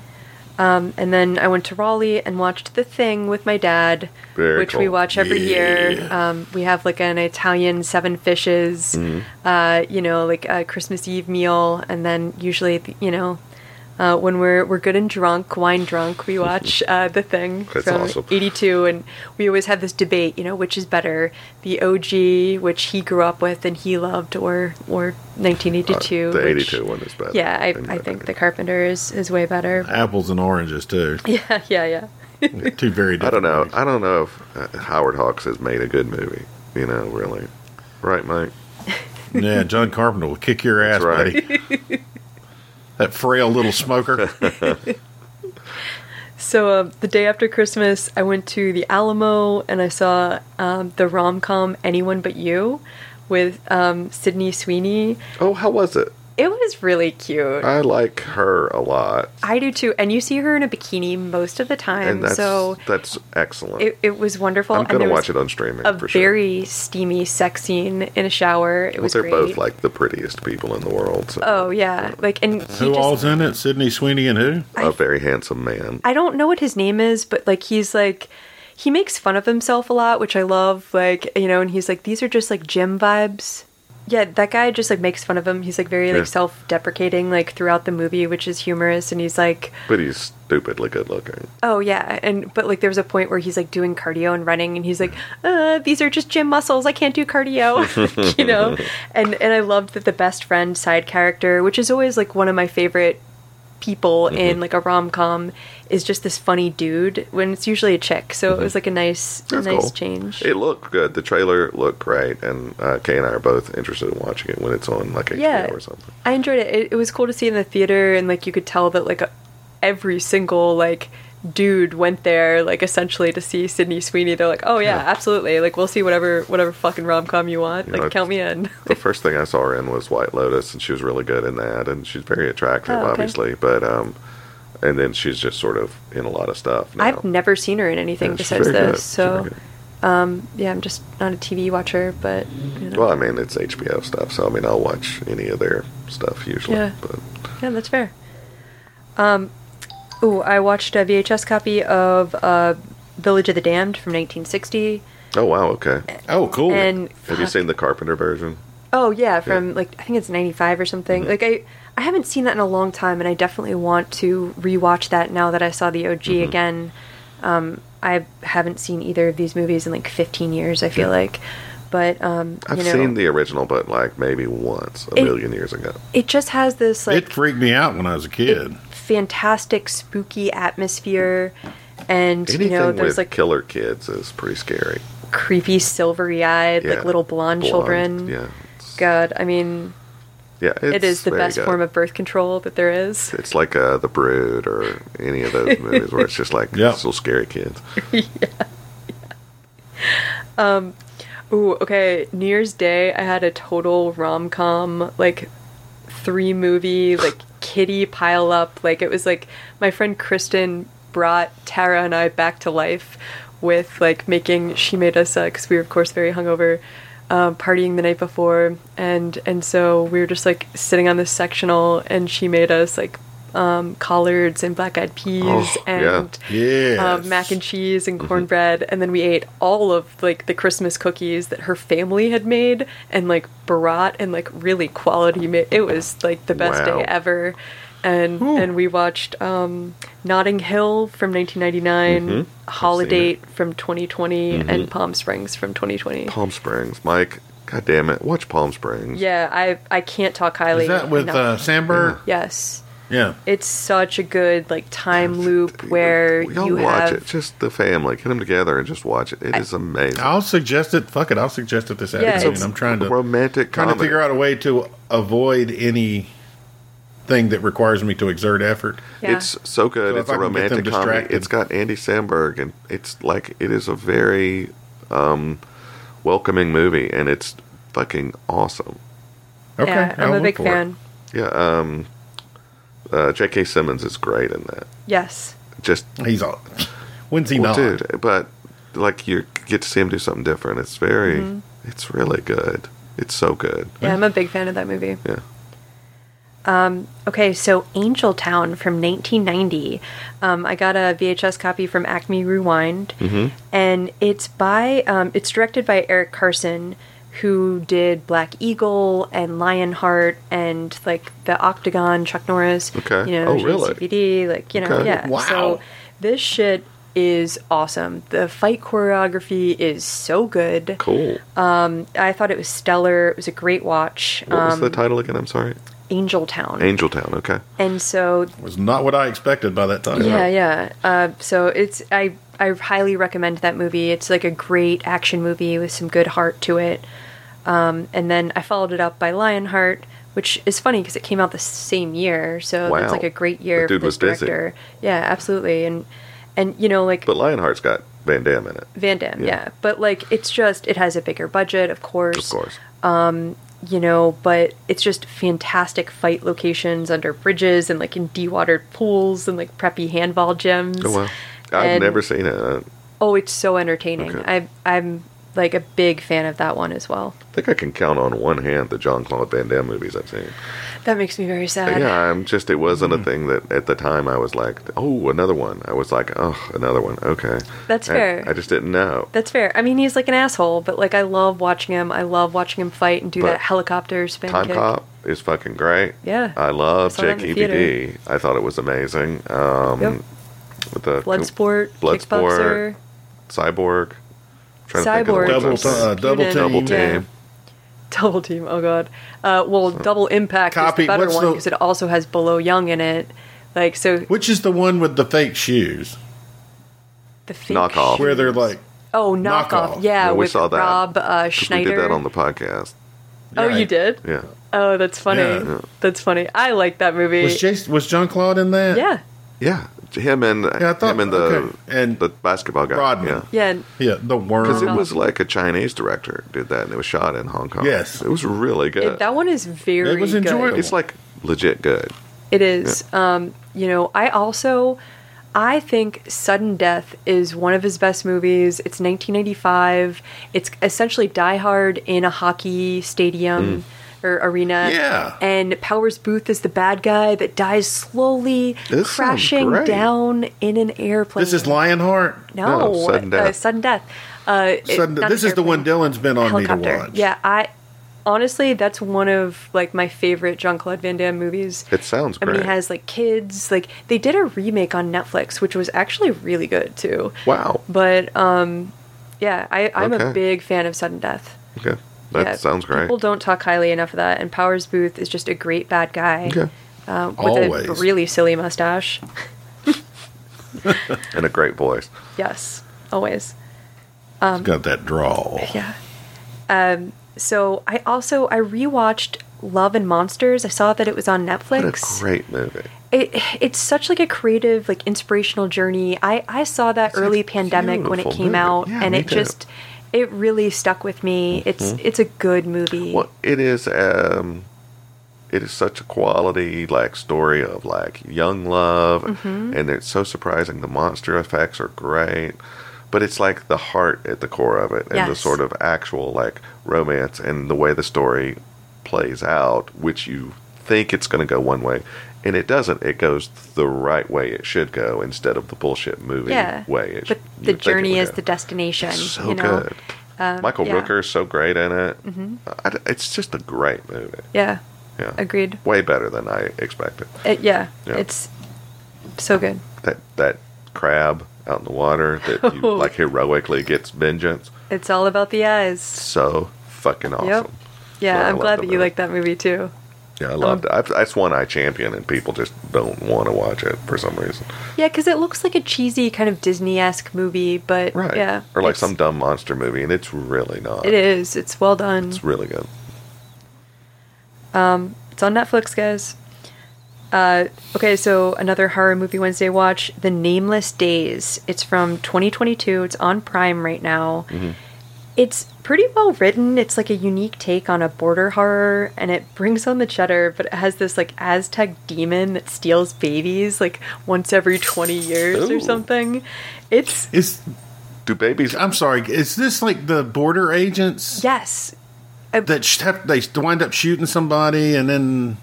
C: and then I went to Raleigh and watched The Thing with my dad,
A: Very
C: which we
A: cool.
C: watch every year.
B: Yeah.
C: Um, we have like an Italian seven fishes,
A: Mm-hmm.
C: uh, you know, like a Christmas Eve meal, and then usually, you know, uh, when we're we're good and drunk, wine drunk, we watch uh, The Thing
A: That's
C: from
A: awesome.
C: '82, and we always have this debate, you know, which is better, the OG, which he grew up with and he loved, or or 1982.
A: Uh, the
C: which-
A: 82 one is better.
C: Yeah, I,
A: than
C: I
A: that,
C: think The Carpenter is, is way better.
B: Apples and oranges too.
C: Yeah, yeah, yeah.
B: Two very.
A: I don't
B: Different
A: know.
B: movies.
A: I don't know if uh, Howard Hawks has made a good movie. You know, really. Right, Mike?
B: Yeah, John Carpenter will kick your ass,
A: That's right.
B: buddy. that frail little smoker.
C: So um, the day after Christmas, I went to the Alamo and I saw um, the rom com Anyone But You with um, Sydney Sweeney.
A: Oh, how was it?
C: It was really cute.
A: I like her a lot.
C: I do too, and you see her in a bikini most of the
A: And
C: time,
A: that's,
C: so
A: that's excellent.
C: it, it was wonderful.
A: I'm
C: and
A: going
C: there
A: to
C: was
A: watch it on streaming
C: A
A: for sure.
C: very steamy sex scene in a shower. It
A: well,
C: was
A: they're
C: great.
A: both like the prettiest people in the world. So.
C: oh yeah, like and he
B: who
C: just,
B: all's in it? Sydney Sweeney and who?
A: a very handsome man.
C: Um, I don't know what his name is, but like he's like he makes fun of himself a lot, which I love. Like you know, and he's like these are just like gym vibes. Yeah, that guy just like makes fun of him. He's like very
A: Yeah.
C: like self-deprecating like throughout the movie, which is humorous. And he's like,
A: but he's stupidly good looking.
C: oh yeah, and but like there was a point where he's like doing cardio and running, and he's like, uh, these are just gym muscles. I can't do cardio, you know. And and I loved that the best friend side character, which is always like one of my favorite people
A: Mm-hmm.
C: in like a rom com is just this funny dude when it's usually a chick. So it was like a nice, a
A: That's
C: nice
A: cool.
C: change.
A: It looked good. The trailer looked great, and uh, Kay and I are both interested in watching it when it's on like HBO
C: Yeah.
A: or something.
C: I enjoyed it. it. It was cool to see in the theater, and like you could tell that like a, every single like dude went there like essentially to see Sydney Sweeney. They're like, oh yeah, absolutely. Like we'll see whatever whatever fucking rom com you want.
A: You
C: like
A: know,
C: count me in.
A: The first thing I saw her in was White Lotus, and she was really good in that, and she's very attractive,
C: Oh, okay.
A: obviously. But um, and then she's just sort of in a lot of stuff now.
C: I've never seen her in anything
A: Yeah, she's
C: besides
A: very good.
C: this.
A: She's
C: So
A: very good.
C: yeah, I'm just not a TV watcher, but you know.
A: well, I mean, it's HBO stuff, so I mean, I'll watch any of their stuff usually.
C: Yeah.
A: But
C: Yeah, that's fair. Um, ooh, I watched a VHS copy of uh, Village of the Damned from 1960,
A: oh wow, okay.
C: Uh,
B: Oh, cool.
C: and
A: Have you
C: fuck.
A: seen the Carpenter version?
C: Oh yeah, from like I think it's 95 or something.
A: Mm-hmm.
C: Like I I haven't seen that in a long time, and I definitely want to rewatch that now that I saw the OG
A: Mm-hmm.
C: again. Um, I haven't seen either of these movies in like 15 years. I feel like, but um,
A: I've
C: you know,
A: seen the original, but like maybe once a
C: It-
A: million years ago.
C: it just has this like
B: it freaked me out when I was a kid.
C: fantastic spooky atmosphere, and
A: Anything
C: you know
A: with
C: there's like
A: killer kids is pretty scary.
C: creepy silvery eyed
A: Yeah.
C: like little blonde, children.
A: Yeah. It's-
C: God, I mean,
A: Yeah, it's,
C: It is the
A: there you
C: best
A: go.
C: form of birth control that there is.
A: It's like uh, The Brood or any of those movies where it's just like
B: Yeah.
A: little scary kids.
C: Ooh, okay. New Year's Day, I had a total rom com, like three movie, like kitty pile up. Like it was like my friend Kristen brought Tara and I back to life with like making. She made us because we were of course very hungover, um, partying the night before, and and so we were just like sitting on this sectional, and she made us like um, collards and black eyed peas
A: Oh,
C: and
A: yeah.
B: Yeah.
C: uh, mac and cheese and cornbread, and then we ate all of like the Christmas cookies that her family had made, and like barat and like really quality. Ma- it was like the best
A: Wow.
C: day ever, and and we watched um, Notting Hill from 1999, Holiday from 2020, and Palm Springs from 2020.
A: Palm Springs, Mike. God damn it! Watch Palm Springs.
C: Yeah, I I can't talk highly.
B: Is that with
C: enough.
B: uh, Sandberg?
C: yes.
B: Yeah.
C: It's such a good like time loop where
A: Y'all
C: you
A: watch
C: have
A: it. Just the family. Get them together and just watch it. It is amazing.
B: I'll suggest it. Fuck it. I'll suggest it this
C: Yeah,
B: afternoon.
C: it's-
B: I'm trying to
A: romantic
B: trying to
A: comedy.
B: figure out a way to avoid any thing that requires me to exert effort.
C: Yeah.
A: It's so good.
B: So
A: it's
B: if
A: a
B: I can get them
A: romantic comedy.
B: distracted.
A: It's got Andy Samberg, and it's like it is a very um, welcoming movie, and it's fucking awesome.
B: Okay,
C: yeah, I'm
B: I'll
C: a
B: look
C: big
B: for it.
C: fan.
A: Yeah. Um, uh, J.K. Simmons is great in that.
C: Yes.
A: Just
B: He's all. When's he
A: well,
B: not?
A: dude, but like you get to see him do something different. It's very,
C: Mm-hmm.
A: it's really good. It's so good.
C: Yeah, I'm a big fan of that movie.
A: Yeah.
C: Okay, so Angel Town from 1990. Um, I got a VHS copy from Acme Rewind,
A: Mm-hmm.
C: and it's by um, it's directed by Eric Carson, who did Black Eagle and Lionheart and like the Octagon, Chuck Norris.
A: Okay.
C: You know,
A: Oh, really?
C: JCVD, like you know,
A: Okay.
C: yeah.
B: Wow.
C: So this shit is awesome. The fight choreography is so good.
A: Cool.
C: I thought it was stellar. It was a great watch.
A: what was
C: um,
A: the title again? I'm sorry.
C: Angel Town.
A: Angel Town. Okay.
C: and so
B: Was not what I expected by that time.
A: Uh-huh.
C: Yeah, yeah. Uh, so it's I I highly recommend that movie. It's like a great action movie with some good heart to it. Um, and then I followed it up by Lionheart, which is funny because it came out the same year, so
A: Wow.
C: that's like a great year
A: The dude
C: for this
A: was busy.
C: director. Yeah, absolutely. And and you know like
A: But Lionheart's got Van Damme in it.
C: Van Damme,
A: yeah.
C: yeah. But like it's just it has a bigger budget, of course.
A: Of course.
C: You know, but it's just fantastic fight locations under bridges and like in dewatered pools and like preppy handball gyms.
A: Oh wow. I've
C: And-
A: never seen it. I
C: Oh, it's so entertaining.
A: Okay.
C: I I'm like a big fan of that one as well.
A: think I can count on one hand the John Claude Van Damme movies I've seen.
C: That makes me very sad.
A: Yeah, I'm just it wasn't
B: Hmm.
A: a thing that at the time I was like, oh, another one. I was like, oh, another one. Okay,
C: That's
A: I-
C: fair.
A: I just didn't know.
C: That's fair. I mean, he's like an asshole, but like I love watching him. I love watching him fight and do
A: But
C: that helicopter spin
A: Time
C: kick.
A: Cop is fucking great.
C: Yeah.
A: I love
C: Saw that
A: Jake
C: in the
A: EBD. I thought it was amazing. Um,
C: Yep.
A: with the
C: Bloodsport,
A: Bloodsport,
C: Kickboxer,
A: Cyborg. I'm trying to think of the
C: Cyborg.
A: ones
B: double
A: I've
B: t-
A: seen.
B: uh, double
C: Unit,
B: team.
A: Double
C: yeah.
A: Team.
C: Double Team. Oh god. Uh, well, Double Impact
B: Copy.
C: is the better
B: What's
C: one
B: the-
C: because it also has Below Young in it. Like so,
B: Which is the one with the fake shoes,
C: the fake
A: Knockoff.
B: where they're like,
C: Oh, knockoff.
B: Knockoff.
C: Yeah,
A: Yeah, we
C: with
A: saw that.
C: Rob uh,
A: 'Cause We
C: Schneider.
A: did that on the podcast.
C: oh, you
B: Right.
C: did.
A: Yeah.
C: Oh, that's funny.
B: Yeah. Yeah.
C: That's funny. I like that movie.
B: Was Jason, was John Claude in that?
C: yeah.
A: Yeah. Him and
B: Yeah, I thought-
A: him and the
B: okay. And
A: the basketball guy.
B: Rodman.
A: Yeah.
C: Yeah.
B: yeah, the
A: Because it
B: worm.
A: was like a Chinese director did that, and it was shot in Hong Kong.
B: Yes.
A: it was really good.
C: It- that one is very
B: It was
C: good.
B: enjoyable.
A: it's like legit good.
C: It is. Um, you know, I also I think Sudden Death is one of his best movies. It's 1995. It's essentially Die Hard in a hockey stadium or arena.
B: Mm. Yeah.
C: And Powers Booth is the bad guy that dies slowly
A: This sounds
C: crashing
A: great.
C: down in an airplane.
B: This is Lionheart.
C: No,
A: No, Sudden
C: Uh,
A: Death.
C: sudden death. Uh, it-
B: Sudden-
C: not
B: this
C: an
B: is the one
C: airplane.
B: Dylan's been on me to
C: helicopter.
B: watch.
C: Yeah, I honestly that's one of like my favorite Jean Claude Van Damme movies.
A: It sounds
C: I mean,
A: great.
C: he has like kids. Like they did a remake on Netflix, which was actually really good too.
A: Wow.
C: But um, yeah, I, I'm
A: Okay.
C: a big fan of Sudden Death.
A: Okay, that
C: Yeah,
A: sounds great.
C: People don't talk highly enough of that, and Powers Booth is just a great bad guy.
A: Okay.
C: Uh, with
B: Always.
C: a really silly mustache.
A: And a great voice.
C: Yes, always.
B: He's got that drawl.
C: Yeah. Um, so I also I rewatched Love and Monsters. I saw that it was on Netflix.
A: What a great movie.
C: it, it's such like a creative like inspirational journey i i saw that
A: a
C: early pandemic when it
A: beautiful
C: came
A: movie.
C: out
A: Yeah,
C: and
A: me
C: it
A: too. Mm-hmm.
C: just it really stuck with me it's it's a good movie
A: Well, it is. Um, it is such a quality like story of like young love,
C: Mm-hmm.
A: and it's so surprising. The monster effects are great, but it's like the heart at the core of it, and the
C: Yes.
A: sort of actual like romance and the way the story plays out, which you think it's going to go one way, and it doesn't. It goes the right way it should go instead of the bullshit movie
C: yeah
A: way. It sh-
C: but
A: you
C: the
A: would think it would
C: journey is
A: go.
C: the destination
A: so
C: you know Um,
A: good. Michael
C: yeah. Mm-hmm.
A: Rooker is so great in it. I d it's just a great movie.
C: yeah
A: Yeah.
C: agreed
A: Way better than I expected.
C: It- yeah,
A: Yeah.
C: it's so good
A: That that crab out in the water that you
C: Oh.
A: like heroically gets vengeance.
C: it's all about the eyes
A: So fucking awesome.
C: Yep. yeah
A: No, I
C: i'm
A: love
C: glad
A: the
C: that you
A: movie.
C: like that movie too
A: Yeah, I loved
C: Um,
A: it. I've, that's one I champion, and people just don't want to watch it for some reason.
C: yeah because it looks like a cheesy kind of disney-esque movie but
A: Right.
C: yeah
A: or like
C: it's-
A: some dumb monster movie, and it's really not.
C: it is it's well done
A: It's really good.
C: It's on Netflix, guys. Uh, okay, so another horror movie Wednesday watch, The Nameless Days. It's from 2022. It's on Prime right now.
A: Mm-hmm.
C: It's pretty well written. It's like a unique take on a border horror, and it brings on the cheddar. But it has this like Aztec demon that steals babies like once every 20 years
A: Ooh.
C: or something. It's
B: Is
A: Do babies?
B: I'm sorry. Is this like the border agents
C: yes.
B: that sh- have, they wind up shooting somebody and then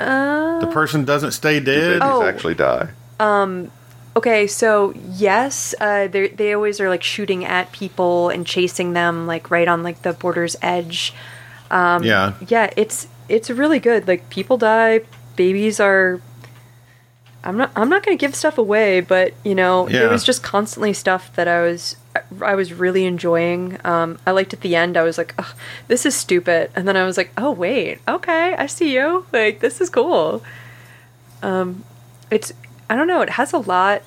C: uh,
B: the person doesn't stay
A: do
B: dead?
A: babies
C: Oh.
A: actually die?
C: Okay, so yes, uh, they they always are like shooting at people and chasing them like right on like the border's edge. Um,
B: yeah.
C: Yeah, it's it's really good. Like people die, babies are. I'm not I'm not gonna give stuff away, but you know
B: Yeah.
C: there was just constantly stuff that I was I was really enjoying. Um, I liked at the end. I was like, Ugh, this is stupid, and then I was like, oh wait, okay, I see you. Like this is cool. Um, it's I don't know. It has a lot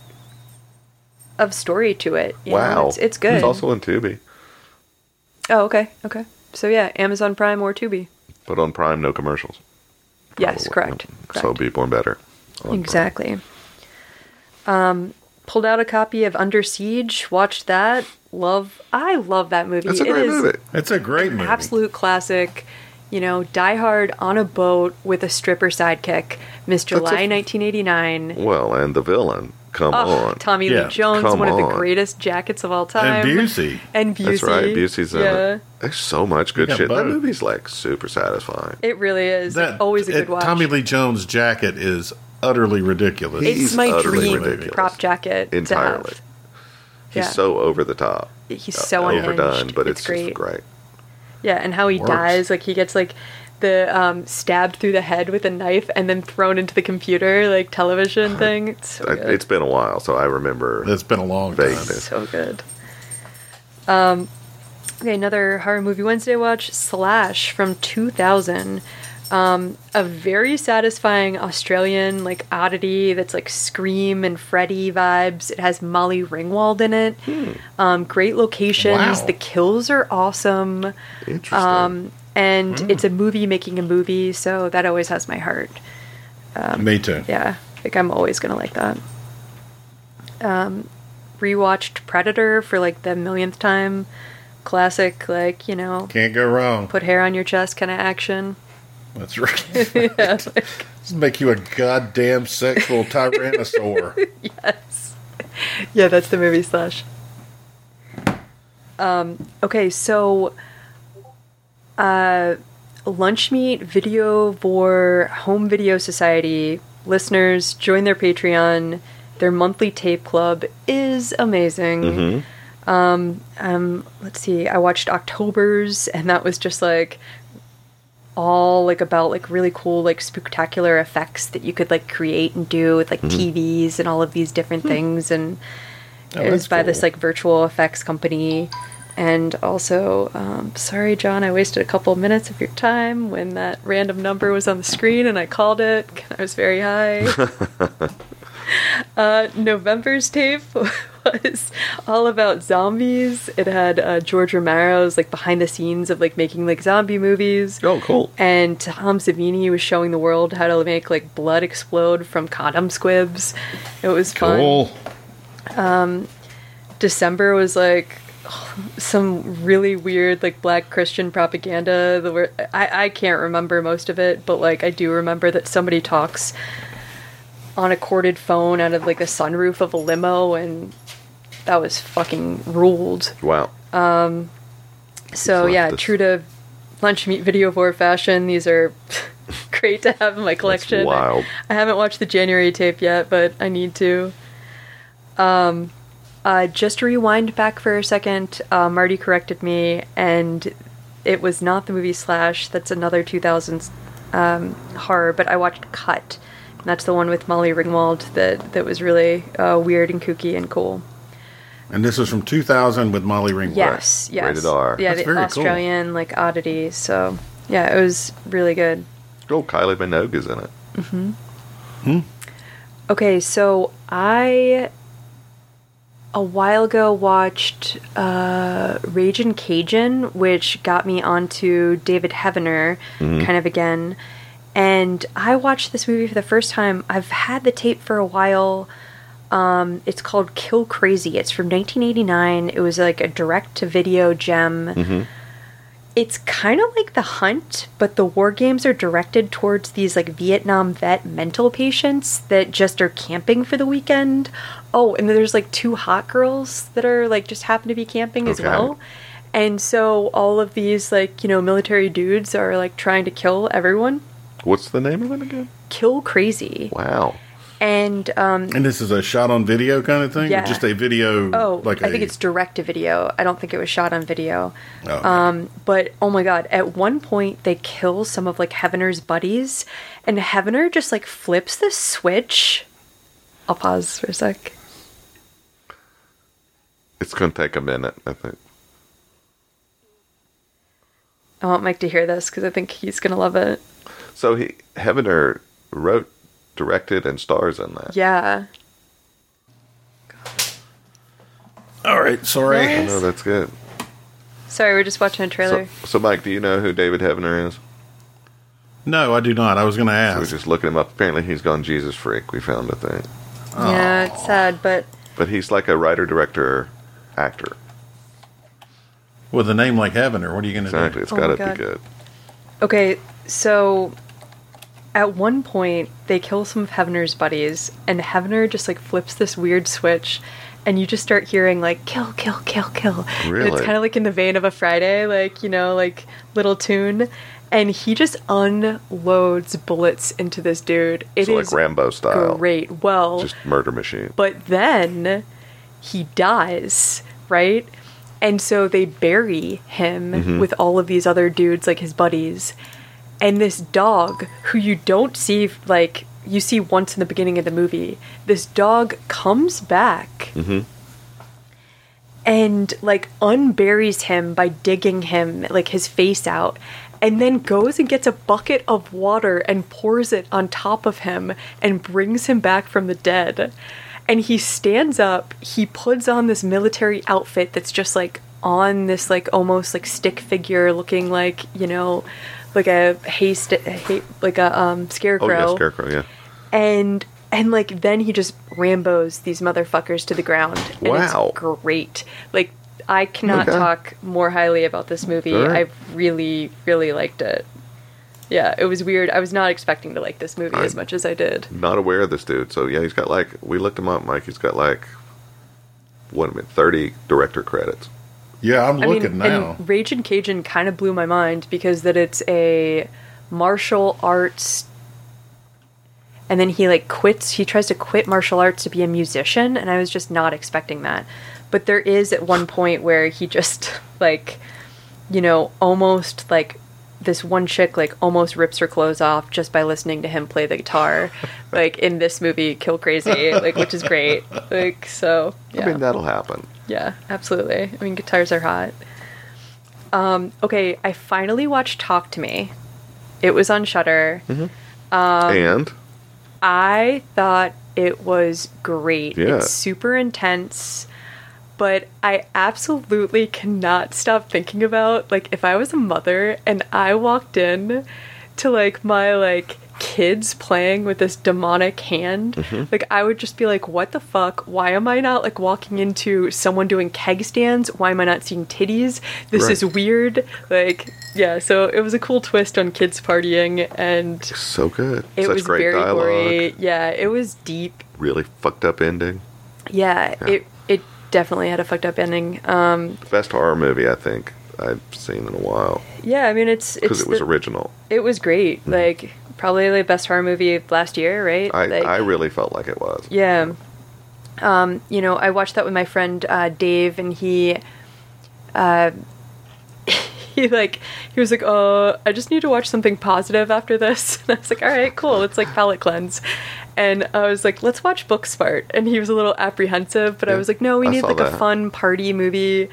C: of story to it. you know?
A: wow,
C: it's, it's good.
A: It's also in Tubi,
C: oh okay, okay. So yeah, Amazon Prime or Tubi.
A: but on Prime, no commercials.
C: Yes,
A: Probably.
C: correct. correct.
A: Oh, So be born better. on
C: Exactly. Um, pulled out a copy of Under Siege, watched that. Love, I love that movie.
A: It's a great
C: it is
A: movie.
B: It's a great movie.
C: absolute classic. You know, Die Hard on a boat with a stripper sidekick. Miss July, 1989.
A: Well, and the villain, come
C: Ugh,
A: on.
C: Tommy
B: Yeah,
C: Lee Jones,
A: come
C: one of
A: on.
C: the greatest jackets of all time.
B: and Busey.
C: And Busey.
A: That's right, Busey's in
C: yeah.
A: it. There's so much good
B: got
A: shit. That
B: both.
A: movie's like super satisfying.
C: It really is. It's always a
B: it-
C: good watch.
B: Tommy Lee Jones jacket is utterly ridiculous.
C: it's
A: He's
C: my
A: utterly
C: dream
A: ridiculous.
C: prop jacket. to have.
A: Entirely. He's
C: Yeah.
A: so over the top.
C: He's
A: Uh,
C: so unhinged.
A: overdone, but it's,
C: it's great.
A: just great.
C: Yeah, and how he
B: Works.
C: dies, like he gets like the um, stabbed through the head with a knife and then thrown into the computer like television thing. It's so
A: I-
C: good.
A: It's been a while, so I remember.
B: It's been a long
A: Vague.
B: time.
C: so good. Um, okay, another horror movie Wednesday watch Slash from 2000. Um, a very satisfying Australian like oddity that's like Scream and Freddy vibes. It has Molly Ringwald in it.
A: Hmm.
C: Um, great locations.
B: Wow.
C: The kills are awesome.
A: Interesting.
C: Um, and it's a movie making a movie, so that always has my heart.
B: Me too.
C: Yeah, like I'm always gonna like that. Um, rewatched Predator for like the millionth time. Classic, like you know,
B: Can't go wrong.
C: put hair on your chest kind of action.
B: That's right. This make you a goddamn sexual tyrannosaur.
C: Yeah, that's the movie slash. Um, okay, so uh, Lunch Meat Video Vor Home Video Society listeners join their Patreon. Their monthly tape club is amazing. Um, um, let's see, I watched October's, and that was just like all like about like really cool like spectacular effects that you could like create and do with like TVs and all of these different things and it was
B: that's
C: by this
B: cool.
C: like virtual effects company and also um, sorry john i wasted a couple minutes of your time when that random number was on the screen and i called it i was very high uh, november's tape was all about zombies. It had uh, George Romero's like behind the scenes of like making like zombie movies.
A: Oh, cool.
C: And Tom Savini was showing the world how to make like blood explode from condom squibs. It was fun. December was like some really weird like black Christian propaganda. The word, I I can't remember most of it, but like I do remember that somebody talks on a corded phone out of like the sunroof of a limo, and that was fucking ruled.
A: Wow.
C: So
A: It's
C: yeah,
A: leftist.
C: true to lunch meat video for fashion. These are great to have in my collection. I-
A: wild.
C: I, haven't watched the January tape yet, but I need to. Um, uh, just to rewind back for a second, uh, Marty corrected me, and it was not the movie Slash. That's another 2000s um, horror, but I watched Cut. And that's the one with Molly Ringwald that that was really uh, weird and kooky and cool.
B: And this was from 2000 with Molly Ringwald.
C: Yes, yes.
A: Rated R.
C: Yeah,
B: That's
C: the
B: very cool.
C: Australian like oddity. So yeah, it was really good.
A: Oh, Kylie Minogue is in it.
C: Okay, so I a while ago watched uh, Rage and Cajun, which got me onto David Heavener, kind of again. And I watched this movie for the first time. I've had the tape for a while. Um, it's called Kill Crazy. It's from 1989. It was like a direct to video gem. It's kind of like The Hunt, but the war games are directed towards these like Vietnam vet mental patients that just are camping for the weekend. Oh, and there's like two hot girls that are like just happen to be camping as
A: Okay.
C: well. And so all of these like, you know, military dudes are like trying to kill everyone.
A: What's the name of it again?
C: Kill crazy.
A: Wow.
C: And um
B: And this is a shot on video kind of thing?
C: Yeah.
B: Or just a video?
C: oh,
B: like
C: I
B: a-
C: think it's direct to video. I don't think it was shot on video.
B: Oh, okay.
C: Um, but oh my god, at one point they kill some of like Heavener's buddies, and Heavener just like flips the switch. I'll pause for a sec.
A: It's going to take a minute, I think.
C: I want Mike to hear this because I think he's gonna love it.
A: So he Heavener wrote, directed, and stars in that.
C: Yeah.
B: All right, sorry.
C: Really?
A: No, that's good.
C: Sorry, we're just watching a
A: So,
C: trailer.
A: so, Mike, do you know who David Heavener is?
B: No, I do not. I was going to
A: We were
B: ask.
A: just looking him up. Apparently, he's gone Jesus freak. We found a thing,
C: Yeah, it's sad, but
A: but he's like a writer, director, actor.
B: With a name like Heavener, what are you going to
A: Exactly. It's
C: Oh
A: got to
C: my
A: be good.
C: Okay, so at one point they kill some of Heavener's buddies, and Heavener just like flips this weird switch, and you just start hearing like kill, kill, kill, kill. And it's
A: Really?
C: kind of like in the vein of a Friday, like you know, like little tune, and he just unloads bullets into this dude. It is
A: so like Rambo style,
C: great. Well,
A: just murder machine.
C: but then he dies, right? And so they bury him with all of these other dudes, like his buddies. And this dog, who you don't see, like, you see once in the beginning of the movie, this dog comes back and, like, unburies him by digging him, like, his face out. And then goes and gets a bucket of water and pours it on top of him and brings him back from the dead. And he stands up, he puts on this military outfit that's just like on this like almost like stick figure looking like, you know, like a haste like a um
A: oh
C: scarecrow
A: yeah, Scarecrow. Yeah.
C: and and like then he just rambos these motherfuckers to the ground. And
A: Wow.
C: it's great. Like I cannot
A: Okay.
C: talk more highly about this movie.
A: All right.
C: I really, really liked it. Yeah, it was weird. I was not expecting to like this movie as
A: I'm-
C: much as I did.
A: Not aware of this dude. So yeah, he's got like we looked him up, Mike. He's got like what a minute, thirty director credits.
B: Yeah, I'm looking now.
C: And Rage and Cajun kind of blew my mind because that it's a martial arts. And then he like quits. He tries to quit martial arts to be a musician, and I was just not expecting that. But there is at one point where he just like, you know, almost like this one chick like almost rips her clothes off just by listening to him play the guitar, like in this movie Kill Crazy, like which is great. Like so, yeah.
A: I mean, that'll happen.
C: Yeah, absolutely. I mean, guitars are hot. Um, okay, I finally watched Talk to Me. It was on Shutter. Um,
A: and
C: I thought it was great.
A: Yeah.
C: It's super intense. Um, but I absolutely cannot stop thinking about like if I was a mother and I walked in to like my like kids playing with this demonic hand,
A: Mm-hmm.
C: like I would just be like, what the fuck? Why am I not like walking into someone doing keg stands? Why am I not seeing titties? This
A: Right.
C: is weird. Like, yeah, so it was a cool twist on kids partying and
A: So good.
C: it
A: Such
C: was
A: great
C: very
A: dialogue.
C: gory. Yeah, it was deep.
A: Really fucked up ending.
C: Yeah,
A: Yeah.
C: it it definitely had a fucked up ending. Um,
A: The best horror movie I think I've seen in a while
C: yeah, I mean it's
A: because
C: it's
A: it was
C: the-
A: original.
C: it was great. Like probably the best horror movie of last year, right?
A: I,
C: like,
A: I really felt like it was.
C: yeah. Um, you know, I watched that with my friend uh, Dave, and he, uh, he like he was like, "Oh, I just need to watch something positive after this." And I was like, "All right, cool. Let's like palate cleanse." And I was like, "Let's watch Booksmart," and he was a little apprehensive, but I
A: Yeah,
C: was like, "No, we
A: I
C: need
A: saw
C: like a
A: that.
C: fun party movie."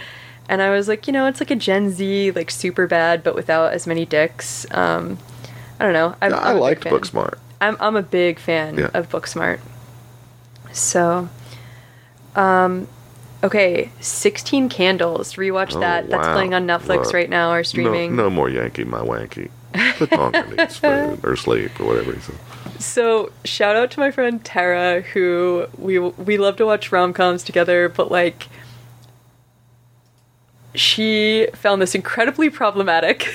C: And I was like, "You know, it's like a Gen Z like super bad, but without as many dicks." Um, I don't know. I'm,
A: Yeah, I
C: I'm a big
A: liked
C: fan.
A: Booksmart.
C: I'm I'm a big fan
A: Yeah.
C: of Booksmart. So, um, okay, Sixteen Candles. Rewatch
A: Oh,
C: that. That's
A: wow.
C: playing on Netflix
A: Look,
C: right now or
A: No,
C: streaming.
A: no more Yankee, my wanky. The conker needs food or sleep or whatever he said.
C: So shout out to my friend Tara, who we we love to watch rom coms together, but like. She found this incredibly problematic,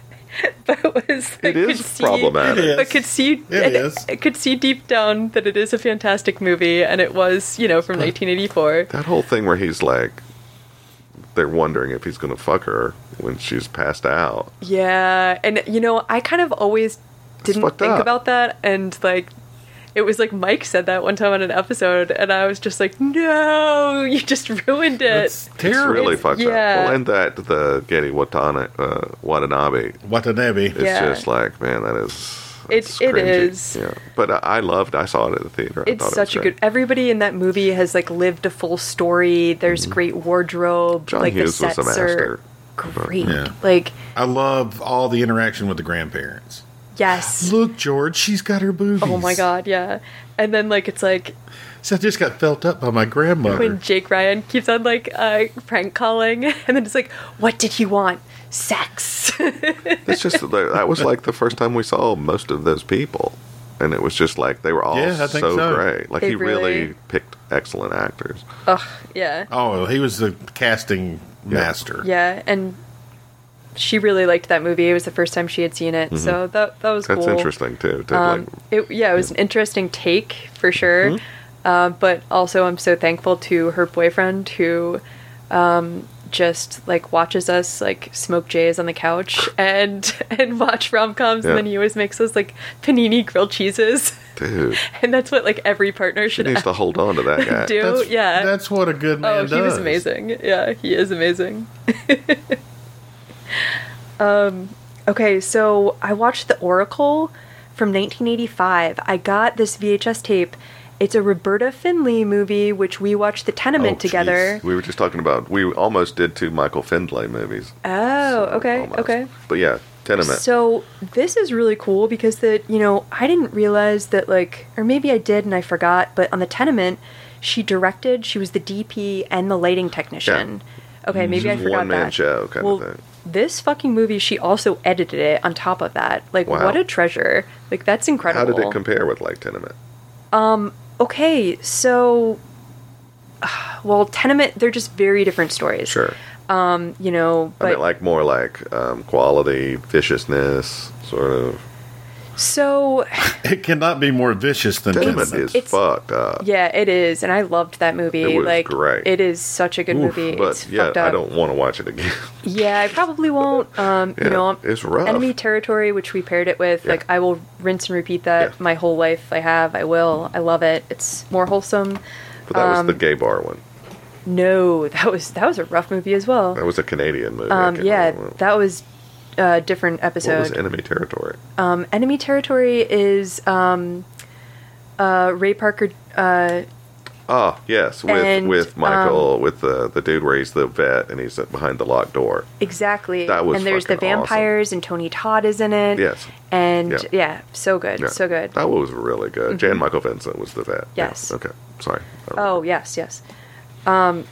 C: but was like,
A: It is
C: could see-
A: problematic.
B: It is.
C: but could see
B: It is.
C: I could see deep down that it is a fantastic movie and it was you know from 1984
A: That whole thing where he's like, they're wondering if he's going to fuck her when she's passed out.
C: yeah and you know i kind of always didn't
A: fucked
C: think
A: up.
C: about that and like it was like mike said that one time on an episode and i was just like no you just ruined it
B: That's terrible.
A: It's really fucked up.
C: yeah.
A: Well, and that the Getty Watana, uh, Watanabe
B: Watanabe.
A: is
C: Yeah.
A: just like, man, that is.
C: It-
A: that's
C: it
A: cringy.
C: is.
A: Yeah, but I, I loved. I saw it at the theater. I
C: it's
A: thought it
C: such
A: was
C: a good
A: great.
C: everybody in that movie has like lived a full story there's great wardrobe
A: Mm-hmm. John
C: like
A: Hughes
C: the
A: was
C: sets
A: a master.
C: are great
B: Yeah.
C: like
B: I love all the interaction with the grandparents.
C: yes
B: Look, George, she's got her boobies.
C: oh my god yeah and then like it's like
B: So I just got felt up by my grandmother.
C: when Jake Ryan keeps on like uh, prank calling, and then it's like, what did he want? Sex.
A: It's just that that was like the first time we saw most of those people, and it was just like they were all
B: Yeah,
A: so,
B: I think so.
A: great. Like
C: They
A: he really,
C: really-
A: picked excellent actors.
C: Ugh, yeah,
B: oh, he was the casting master.
C: yeah, and she really liked that movie. It was the first time she had seen it, so that that was
A: Mm-hmm. That's
C: cool.
A: interesting too. To
C: Um,
A: like Mm-hmm.
C: it, yeah, it was an interesting take for sure. Uh, but also, I'm so thankful to her boyfriend who um, just like watches us like smoke jays on the couch and and watch rom coms,
A: Yeah.
C: and then he always makes us like panini grilled cheeses,
A: Dude,
C: and that's what like every partner
A: she
C: should
A: needs to hold on to that guy.
C: do.
B: That's,
C: Oh, yeah.
B: That's what a good man
C: oh,
B: does.
C: he was amazing. Yeah, he is amazing. um. Okay, so I watched The Oracle from 1985. I got this VHS tape. It's a Roberta Finley movie, which we watched The Tenement
B: Oh,
C: together.
A: We were just talking about we almost did two Michael Findlay movies.
C: Oh,
A: So,
C: okay,
A: almost.
C: okay.
A: But yeah, Tenement.
C: So this is really cool because that you know I didn't realize that like or maybe I did and I forgot, but on the tenement, she directed. She was the DP and the lighting technician. Okay, maybe I
A: Just
C: forgot
A: one-man
C: that.
A: show kind of
C: Well,
A: thing.
C: This fucking movie, she also edited it on top of that. Like,
A: Wow.
C: what a treasure! Like, that's
A: How
C: incredible. Um,
A: did it compare with like Tenement?
C: Okay, so, well, Tenement, they're just very different stories. Um,
A: Sure.
C: You know,
A: I
C: but
A: mean, like more like um, quality, viciousness, sort of.
C: so
B: It cannot be more vicious than
A: Tenement
B: Tenement.
A: is
C: it's-
A: fucked up.
C: Yeah, it is, and I loved that movie.
A: It was
C: like,
A: great.
C: It is such a good
B: Oof,
C: movie.
A: But
C: it's
A: yeah,
C: fucked up.
A: I don't want to watch it again.
C: Yeah, I probably won't. Um,
A: Yeah,
C: you know,
A: it's rough.
C: Enemy territory, which we paired it with.
A: Yeah.
C: Like, I will rinse and repeat that
A: Yeah.
C: my whole life. I have. I will. I love it. It's more wholesome.
A: But that was
C: Um,
A: the gay bar one.
C: No, that was that was a rough movie as well.
A: That was a Canadian movie. I
C: Um,
A: can't
C: yeah,
A: remember.
C: that was a different
A: what was
C: episode.
A: enemy territory?
C: um, Enemy territory is um, uh, Ray Parker. Uh,
A: Ah, yes, with
C: and, um,
A: with Michael, with the the dude where he's the vet and he's behind the locked door.
C: Exactly.
A: That was
C: and there's the
A: fucking awesome.
C: vampires and Tony Todd is in it.
A: Yes.
C: And
A: Yeah.
C: yeah, so good,
A: Yeah.
C: so good. Mm-hmm.
A: That was really good. Jan Michael Vincent was the vet. Yeah.
C: Oh, Yes.
A: Okay. Sorry.
C: Oh yes, yes. Um,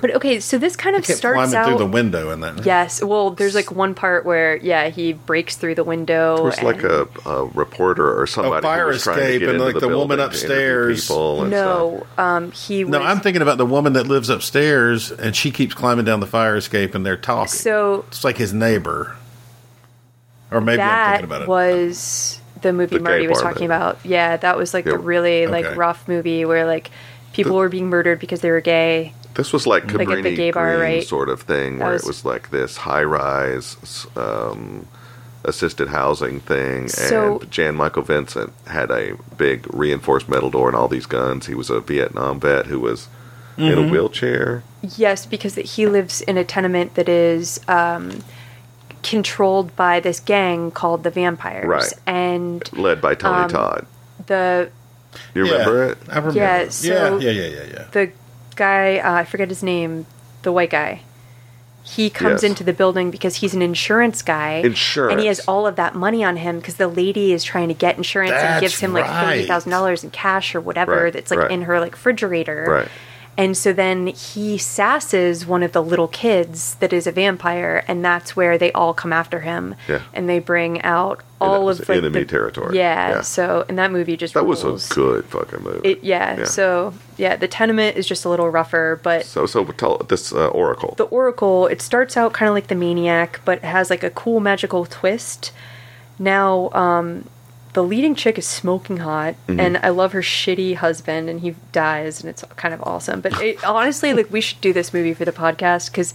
C: But okay, so this kind of
B: Kept
C: starts
B: climbing
C: out.
B: through the window and that.
C: yes, well, there's like one part where yeah, he breaks through the window.
A: It was like
C: and-
A: a, a reporter or somebody
B: A fire
A: who was trying to
B: escape
A: get
B: and,
A: into
B: like, the woman
A: building to interview
B: upstairs.
A: people and
C: no. Um, he was
B: No, I'm thinking about the woman that lives upstairs, and she keeps climbing down the fire escape, and they're talking.
C: so
B: it's like his neighbor, or maybe I'm
C: that
B: thinking about it.
C: was the movie
A: The
C: Marty
A: gay
C: was
A: part of
C: talking
A: it.
C: about. Yeah, that was like
A: Yeah,
C: the really
B: okay.
C: like rough movie where like people were being murdered because they were gay.
A: stuff. This was like
C: Like
A: Cabrini
C: at the gay bar,
A: Green
C: right?
A: sort of thing,
C: That
A: where
C: was-
A: it was like this high-rise s- um, assisted housing thing,
C: So-
A: and Jan Michael Vincent had a big reinforced metal door and all these guns. He was a Vietnam vet who was in a wheelchair.
C: Yes, because he lives in a tenement that is um, controlled by this gang called the Vampires,
A: Right.
C: and
A: led by Tony
C: Um,
A: Todd.
C: the
A: You
B: Yeah,
A: remember it?
B: I remember.
C: Yeah,
B: it.
C: so-
B: yeah, yeah, yeah, yeah, yeah.
C: the guy uh, I forget his name, the white guy. He comes
A: Yes.
C: into the building because he's an insurance guy.
A: Insurance.
C: And he has all of that money on him because the lady is trying to get insurance
B: That's
C: and gives him like
B: right.
C: thirty thousand dollars in cash or whatever
A: Right,
C: that's like
A: right.
C: in her like refrigerator.
A: Right.
C: And so then he sasses one of the little kids that is a vampire, and that's where they all come after him.
A: Yeah.
C: And they bring out
A: that
C: all
A: was
C: of like
A: enemy
C: the-
A: territory.
C: Yeah,
A: Yeah.
C: So and that movie just
A: That was
C: rules.
A: a good fucking movie.
C: It, yeah, So yeah, the tenement is just a little rougher, but
A: so so tell this uh, Oracle.
C: the Oracle it starts out kind of like the Maniac, but it has like a cool magical twist. Now, um, the leading chick is smoking hot, and I love her shitty husband, and he dies, and it's kind of awesome. But it, honestly, like we should do this movie for the podcast because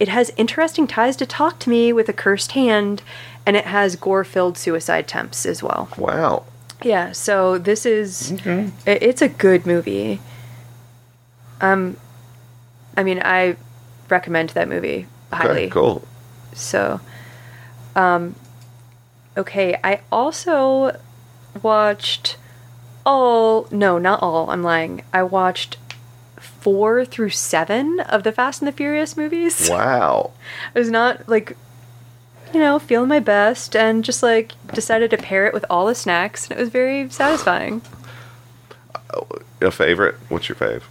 C: it has interesting ties to Talk to Me with a cursed hand, and it has gore-filled suicide attempts as well.
A: wow.
C: Yeah, so this is i- it's a good movie. Um I mean, I recommend that movie highly.
A: Okay, cool.
C: So um okay, I also watched all no, not all, I'm lying. I watched 4 through 7 of the Fast and the Furious movies.
A: Wow.
C: I was not like, you know, feeling my best, and just like decided to pair it with all the snacks, and it was very satisfying.
A: A favorite? What's your fave?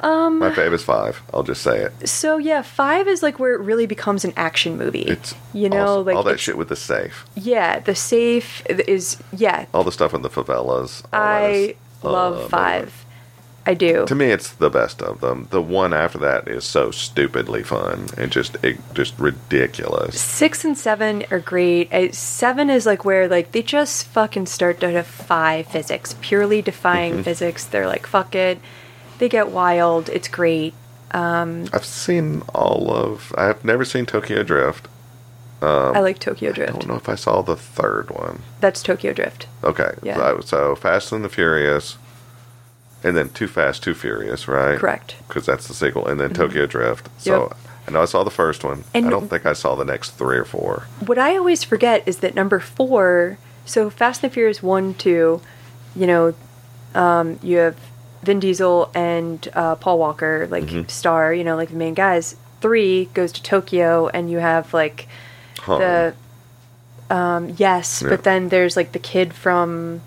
A: Um, my fave is five. I'll just say it.
C: So yeah, five is like where it really becomes an action movie.
A: It's
C: you know,
A: awesome.
C: like
A: all that
C: it's-
A: shit with the safe,
C: Yeah, the safe is yeah.
A: all the stuff in the favelas. all that is-
C: I love
A: uh,
C: five. I do.
A: To me, it's the best of them. The one after that is so stupidly fun and just it, just ridiculous.
C: Six and seven are great. Uh, Seven is like where like they just fucking start to defy physics, purely defying
A: Mm-hmm.
C: physics. They're like, fuck it. They get wild. It's great.
A: I've seen all of. I've never seen Tokyo Drift.
C: I like Tokyo
A: Um, I
C: Drift.
A: don't know if I saw the third one.
C: That's Tokyo Drift.
A: Okay.
C: Yeah.
A: So, so Fast and the Furious, and then Too Fast, Too Furious, right?
C: Correct.
A: Because that's the sequel, and then Tokyo Drift. So
C: Mm-hmm. Yep.
A: I know I saw the first one.
C: And-
A: I don't think I saw the next three or four.
C: What I always forget is that number four. So Fast and the Furious one, two, you know, um, you have Vin Diesel and uh, Paul Walker, like
A: Mm-hmm.
C: star, you know, like the main guys. Three goes to Tokyo, and you have like
A: Huh.
C: the um, yes,
A: Yeah.
C: but then there's like the kid from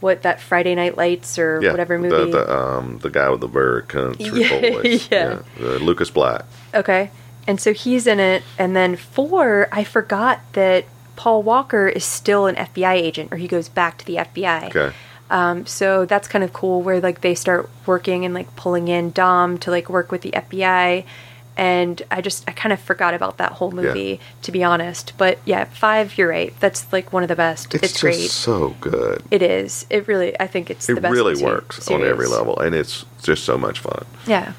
C: what that Friday Night Lights or
A: yeah,
C: whatever movie.
A: The, the, um, the guy with the bird country
C: Yeah,
A: boys.
C: yeah.
A: the Lucas Black.
C: Okay. And so he's in it. And then four, I forgot that Paul Walker is still an FBI agent, or he goes back to the FBI.
A: Okay.
C: Um, so that's kind of cool where like they start working and like pulling in Dom to like work with the FBI. And I just, I kind of forgot about that whole movie, to be honest. But yeah, five, you're right. That's like one of the best.
A: It's,
C: It's,
A: just
C: great.
A: so good.
C: it is. It really, I think it's the
A: It
C: best.
A: really
C: se-
A: works on
C: series.
A: every level, and it's just so much fun.
C: Yeah.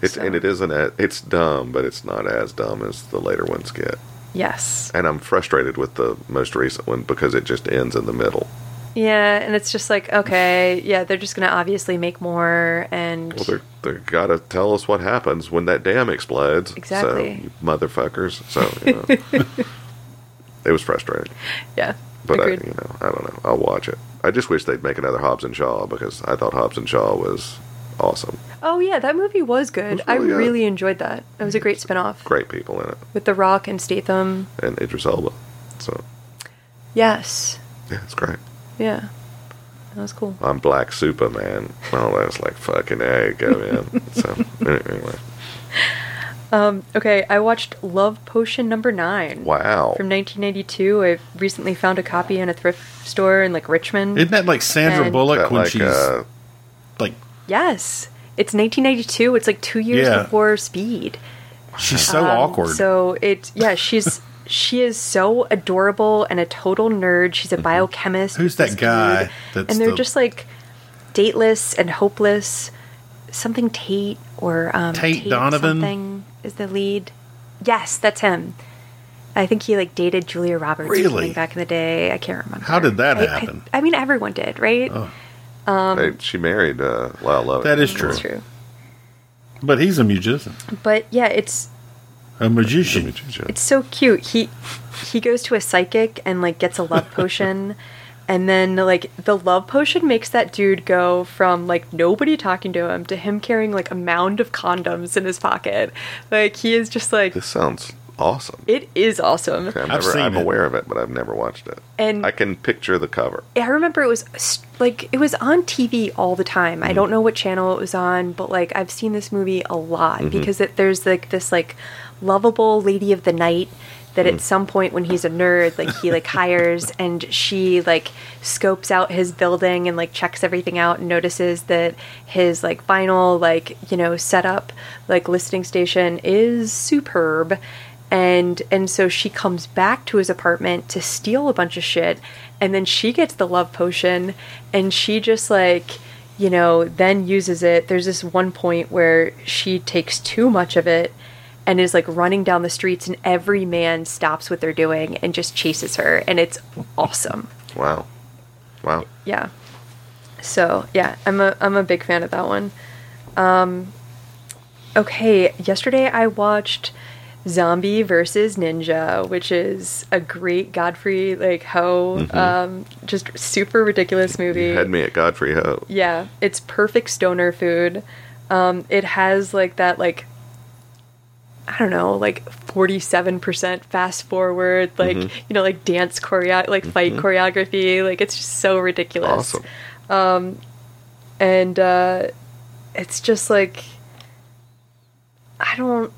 A: It's
C: So-
A: and it isn't. A, it's dumb, but it's not as dumb as the later ones get.
C: Yes.
A: And I'm frustrated with the most recent one because it just ends in the middle.
C: Yeah, and it's just like, okay, yeah, they're just going to obviously make more and
A: Well, they're, they're gotta tell us what happens when that dam explodes.
C: Exactly.
A: So, you motherfuckers. So, you know, it was frustrating.
C: yeah.
A: But, I,
C: agreed.
A: you know, I don't know. I'll watch it. I just wish they'd make another Hobbs and Shaw because I thought Hobbs and Shaw was awesome.
C: oh yeah, that movie was good.
A: It was really
C: I
A: good.
C: really enjoyed that. It was a great spin-off
A: Great people in it.
C: with The Rock and Statham.
A: And Idris Elba. So,
C: Yes.
A: yeah, it's great.
C: Yeah. That was cool.
A: I'm Black Superman. Well, I was like, fucking A, go in. so, anyway.
C: Um, okay, I watched Love Potion Number Nine.
A: Wow.
C: From 1992, I recently found a copy in a thrift store in like Richmond.
B: Isn't that like Sandra
C: And-
B: Bullock
A: That,
B: when
A: like,
B: she's
A: uh,
B: like
C: yes, it's 1992. It's like two years
B: Yeah.
C: before Speed.
B: she's so
C: Um,
B: awkward?
C: So it's yeah, she's she is so adorable and a total nerd. She's a biochemist.
B: Mm-hmm. Who's that
C: this dude,
B: guy that's
C: and they're
B: the-
C: just like dateless and hopeless. Something Tate or um,
B: Tate Donovan?
C: something is the lead. Yes, that's him. I think he like dated Julia Roberts or
B: Really?
C: something back in the day. I can't remember.
B: How did that
C: I- I-
B: happen? Oh,
C: I, mean, everyone did, right? Um,
A: Hey, she married uh, Lyle Lovett.
B: That is true.
C: That's true.
B: but he's a musician.
C: But yeah, it's
B: A magician.
C: It's so cute. He he goes to a psychic and like gets a love potion and then like the love potion makes that dude go from like nobody talking to him to him carrying like a mound of condoms in his pocket. Like he is just like
A: This sounds awesome.
C: it is awesome.
A: Okay, I'm,
B: I've
A: never,
B: seen
A: I'm
B: it.
A: aware of it, but I've never watched it.
C: And-
A: I can picture the cover.
C: I remember it was s- like it was on TV all the time. I don't know what channel it was on, but like I've seen this movie a lot because it, there's like this like lovable lady of the night that at some point when he's a nerd, like he like hires and she like scopes out his building and like checks everything out and notices that his like vinyl like you know setup like listening station is superb and and so she comes back to his apartment to steal a bunch of shit and then she gets the love potion and she just like you know then uses it there's this one point where she takes too much of it and is like running down the streets and every man stops what they're doing and just chases her and it's awesome
A: Wow. Wow.
C: yeah. So yeah, I'm a I'm a big fan of that one. Um, okay, yesterday I watched Zombie versus Ninja, which is a great Godfrey like Ho, um, just super ridiculous movie.
A: Mm-hmm. You had me at Godfrey Ho.
C: Yeah, it's perfect stoner food. Um, it has like that like I don't know, like forty seven percent fast forward, like
A: Mm-hmm.
C: you know, like dance choreo, like fight choreography, like it's just so ridiculous,
A: Awesome.
C: and uh, it's just like I don't,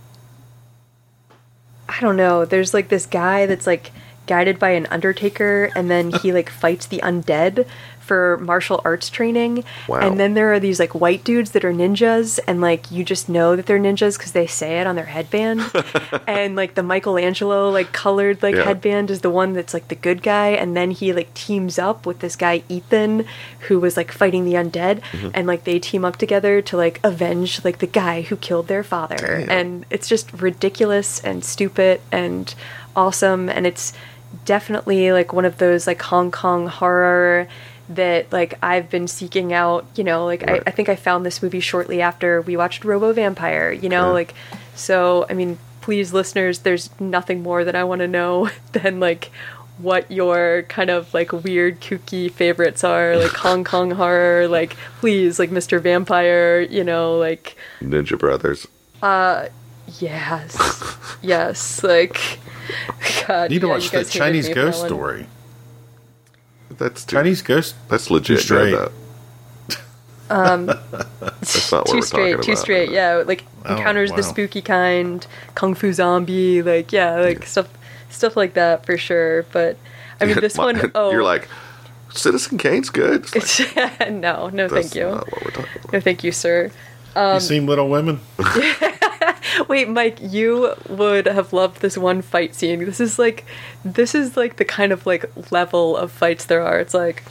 C: I don't know. There's like this guy that's like guided by an undertaker, and then he like fights the undead for martial arts training.
A: Wow.
C: And then there are these like white dudes that are ninjas, and like you just know that they're ninjas because they say it on their headband. and like the Michelangelo like colored like
A: Yeah.
C: headband is the one that's like the good guy, and then he like teams up with this guy Ethan, who was like fighting the undead, and like they team up together to like avenge like the guy who killed their father
A: Damn.
C: and it's just ridiculous and stupid and awesome and it's definitely like one of those like hong kong horror that like i've been seeking out you know like
A: Right.
C: I, I think i found this movie shortly after we watched robo vampire you know
A: Okay.
C: like so i mean please listeners there's nothing more that i want to know than like what your kind of like weird kooky favorites are like hong kong horror like please like mr vampire you know like
A: Ninja Brothers.
C: Yes. yes. Like, God.
B: You need to
C: yeah,
B: watch that
C: guys hated
B: Chinese
C: me for that
B: ghost
C: one.
B: story.
A: That's too,
B: Chinese ghost.
A: That's legit.
B: straight.
A: Straight. Um, that's not what
C: Too
A: we're
C: straight,
A: talking
C: too
A: about.
C: straight, yeah. Like
B: Oh,
C: encounters the
B: wow.
C: spooky kind, kung fu zombie, like yeah, like stuff, stuff like that for sure. But I mean, this
A: My-
C: one, oh,
A: You're like, Citizen Kane's good. It's like,
C: no, no,
A: that's
C: thank you,
A: Not what we're talking about.
C: no, thank you, sir.
B: you seen Little Women?
C: Wait, Mike, you would have loved this one fight scene. This is like, this is like the kind of like level of fights there are. It's like,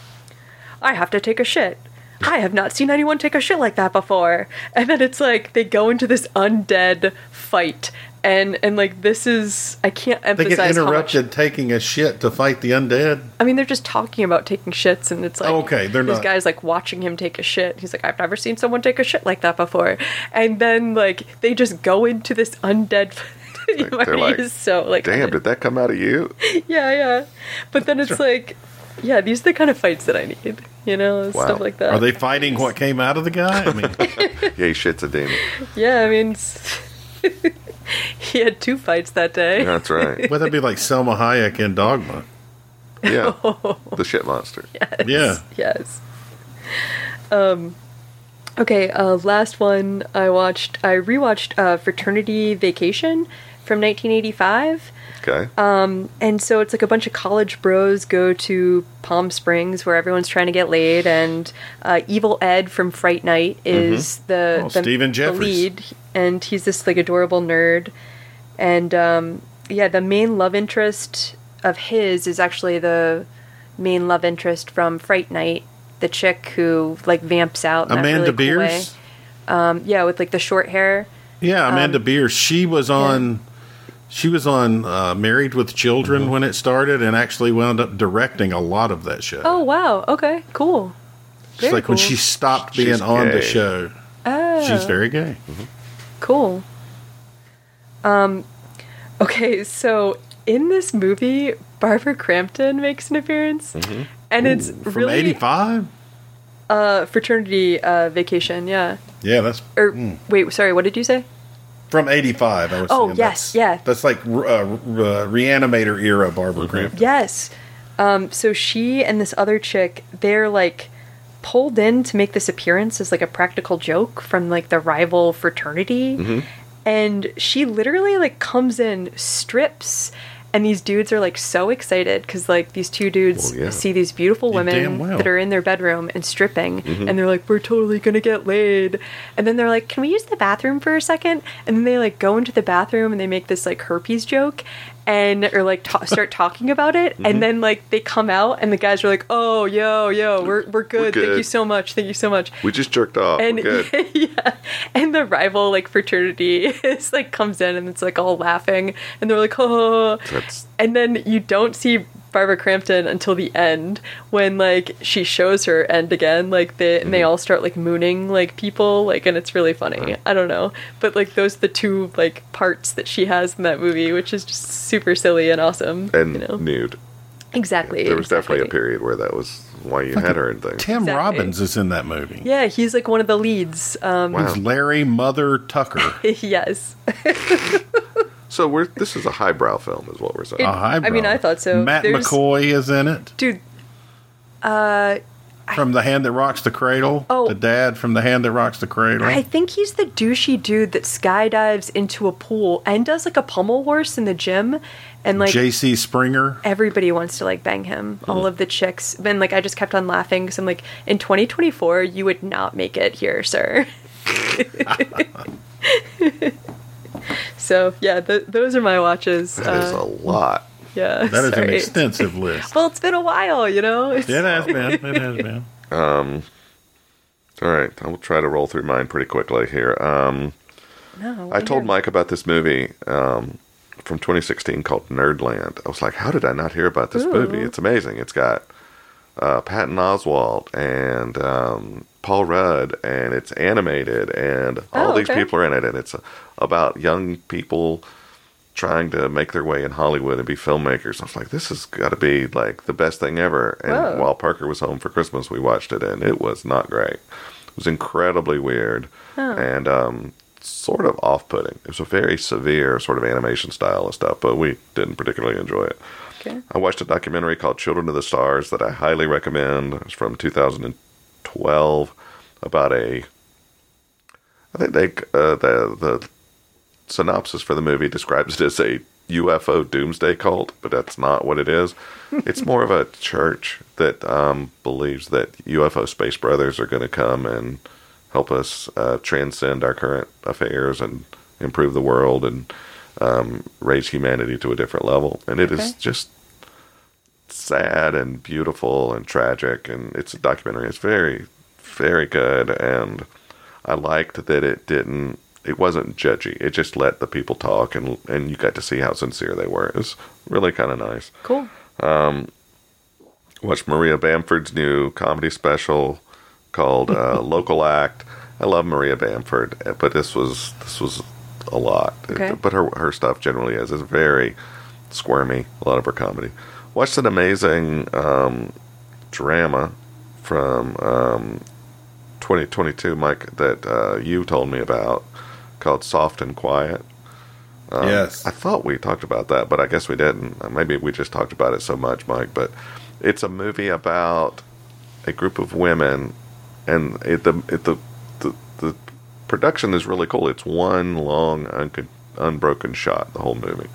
C: I have to take a shit. I have not seen anyone take a shit like that before. And then it's like they go into this undead fight, and and like this is I can't
B: They
C: emphasize.
B: get
C: how much-
B: interrupted taking a shit to fight the undead.
C: I mean, they're just talking about taking shits, and it's like,
B: Oh, okay, they're
C: this
B: not-
C: guy's like watching him take a shit. He's like, I've never seen someone take a shit like that before. And then like they just go into this undead.
A: Like,
C: Marty
A: they're like,
C: is so like,
A: Damn, did that come out of you?
C: yeah, yeah. But then it's like, yeah, these are the kind of fights that I need, you know,
A: Wow.
C: stuff like that.
B: Are they fighting what came out of the guy? I mean,
A: Yay, shit's a demon.
C: Yeah, I mean, it's- he had two fights that day.
A: That's right.
B: would that be like Selma Hayek in Dogma?
C: Oh.
A: Yeah, the shit monster.
B: Yeah.
C: Yes. Um, Okay, uh, last one I watched, I rewatched uh, Fraternity Vacation from 1985.
A: Okay.
C: Um, And so it's like a bunch of college bros go to Palm Springs where everyone's trying to get laid, and uh, Evil Ed from Fright Night is the,
B: Oh,
C: the,
B: Stephen
C: the
B: Jeffries.
C: lead, and he's this like adorable nerd. And um, yeah, the main love interest of his is actually the main love interest from Fright Night, the chick who like vamps out. in that
B: Amanda
C: really cool way.
B: Beers.
C: Um, yeah, with like the short hair.
B: Yeah, Amanda Beers. She was on. She was on uh, Married with Children when it started, and actually wound up directing a lot of that show.
C: Oh wow. Okay. Cool.
B: it's
C: very
B: like when
C: cool.
B: she stopped being
A: She's
B: on the
A: gay.
B: show.
C: Oh.
B: She's very gay.
C: Cool. Um, okay, so in this movie, Barbara Crampton makes an appearance, and it's
B: From
C: really
B: '85.
C: uh, fraternity uh, vacation. Yeah.
B: Yeah, that's
C: Or wait, sorry, what did you say?
B: from '85. I was.
C: Oh,
B: saying
C: yes,
B: that's,
C: yeah.
B: That's like uh, uh, Reanimator era Barbara Crampton.
C: Yes. Um, so she and this other chick, they're like pulled in to make this appearance as like a practical joke from like the rival fraternity.
B: Mm-hmm.
C: And she literally like comes in, strips, and these dudes are like so excited because like these two dudes
A: Well, yeah.
C: see these beautiful
B: You
C: women
B: damn well.
C: that are in their bedroom and stripping,
A: Mm-hmm.
C: and they're like, "We're totally gonna get laid." And then they're like, "Can we use the bathroom for a second? And then they like go into the bathroom and they make this like herpes joke, and or like ta- start talking about it,
A: Mm-hmm.
C: and then like they come out and the guys are like, "Oh, yo, yo, we're we're good. Thank you
A: good.
C: so much. Thank you so much."
A: we just jerked off.
C: And
A: We're good.
C: yeah, and the rival like fraternity is like comes in and it's like all laughing, and they're like, "Oh."
A: That's
C: and then you don't see Barbara Crampton until the end when like she shows her end again like they and
A: Mm-hmm.
C: they all start like mooning like people like and it's really funny I don't know but like those are the two like parts that she has in that movie which is just super silly and awesome
A: and
C: you know
A: nude.
C: exactly
A: There was definitely a
C: exactly.
A: period where that was why you had her and things.
B: Tim
C: Exactly.
B: Robbins is in that movie.
C: yeah he's like one of the leads um
A: Wow.
B: He's Larry Mother Tucker.
C: yes
A: So we're this is a highbrow film, is what we're saying.
B: A highbrow.
C: I mean, I thought so.
B: Matt
C: There's-
B: McCoy is in it
C: dude
B: from The Hand That Rocks the Cradle.
C: Oh.
B: the dad from The Hand That Rocks the Cradle.
C: I think he's the douchey dude that skydives into a pool and does like a pummel horse in the gym and like
B: J.C. Springer.
C: everybody wants to like bang him. All of the chicks. And like I just kept on laughing because I'm like, in 2024, you would not make it here, sir. so yeah, th- those are my watches.
A: That is
C: Uh,
A: a lot.
C: yeah,
B: That is an
C: sorry.
B: extensive list.
C: Well, it's been a while, you know. It's-
B: It has been. It has been.
A: All right, I will try to roll through mine pretty quickly here. Um,
C: No,
A: I told
C: wonder-
A: Mike about this movie um, from 2016 called Nerdland. I was like, how did I not hear about this movie?
C: Ooh.
A: It's amazing. It's got uh, Patton Oswald and um, Paul Rudd, and it's animated, and all
C: Oh,
A: these
C: okay.
A: people are in it, and it's uh, about young people trying to make their way in Hollywood and be filmmakers. I was like, this has got to be like the best thing ever. And
C: Whoa.
A: while Parker was home for Christmas, we watched it, and it was not great. It was incredibly weird and um, sort of off-putting. It was a very severe sort of animation style and stuff, but we didn't particularly enjoy it.
C: Okay.
A: I watched a documentary called Children of the Stars that I highly recommend. It's from 2012 about a. I think they uh, the the synopsis for the movie describes it as a UFO doomsday cult, but that's not what it is. it's more of a church that um, believes that UFO space brothers are going to come and help us uh, transcend our current affairs and improve the world and um, raise humanity to a different level. And it is
C: Okay.
A: just sad and beautiful and tragic. And it's a documentary. It's very, very good. And I liked that it didn't. It wasn't judgy. It just let the people talk, and and you got to see how sincere they were. It was really kind of nice.
C: Cool.
A: Watched Maria Bamford's new comedy special called uh, Local Act. I love Maria Bamford, eh, but this was this was a lot.
C: Okay.
A: But her her stuff generally is is very squirmy. A lot of her comedy. Watched an amazing um, drama from um, 2022, Mike, that uh, you told me about called Soft and Quiet.
B: yes.
A: I thought we talked about that, but I guess we didn't. Uh, Maybe we just talked about it so much, Mike. But it's a movie about a group of women and it, the it, the, the the production is really cool. It's one long unco- unbroken shot the whole movie,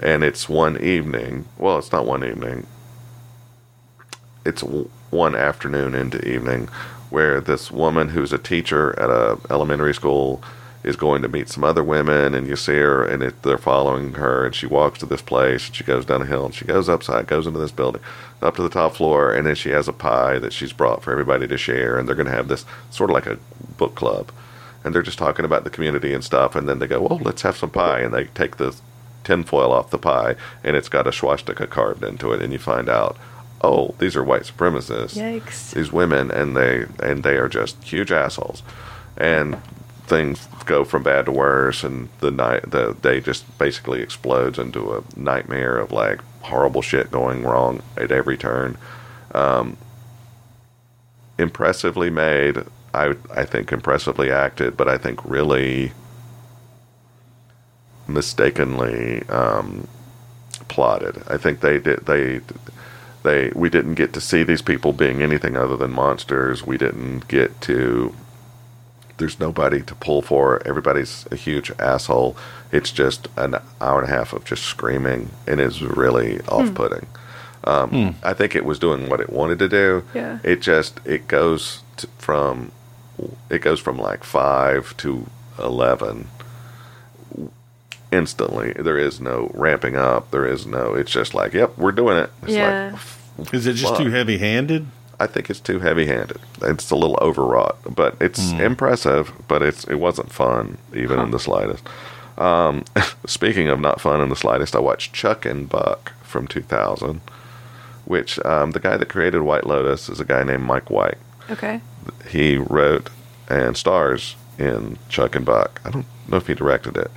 A: and it's one evening. Well, it's not one evening. It's w- one afternoon into evening, where this woman who's a teacher at a elementary school is going to meet some other women, and you see her, and it, they're following her, and she walks to this place, and she goes down a hill, and she goes upside, goes into this building, up to the top floor, and then she has a pie that she's brought for everybody to share, and they're going to have this sort of like a book club, and they're just talking about the community and stuff, and then they go, well, let's have some pie, and they take the tinfoil off the pie, and it's got a swastika carved into it, and you find out, oh, these are white supremacists,
C: Yikes.
A: these women, and they and they are just huge assholes, and things go from bad to worse, and the night the day just basically explodes into a nightmare of like horrible shit going wrong at every turn. Um, impressively made, I I think impressively acted, but I think really mistakenly um, plotted. I think they did they they we didn't get to see these people being anything other than monsters. We didn't get to there's nobody to pull for. Everybody's a huge asshole. It's just an hour and a half of just screaming and it's really off putting. Um, I think it was doing what it wanted to do.
C: Yeah.
A: It just it goes t from it goes from like five to eleven instantly. There is no ramping up. There is no. It's just like, yep, we're doing it. It's
C: Yeah.
A: like, f-
B: Is it just
A: Fuck.
B: too heavy handed?
A: I think it's too heavy-handed. It's a little overwrought, but it's impressive. But it's it wasn't fun even in the slightest. Um, speaking of not fun in the slightest, I watched Chuck and Buck from 2000, which um, the guy that created White Lotus is a guy named Mike White.
C: Okay.
A: He wrote and stars in Chuck and Buck. I don't know if he directed it,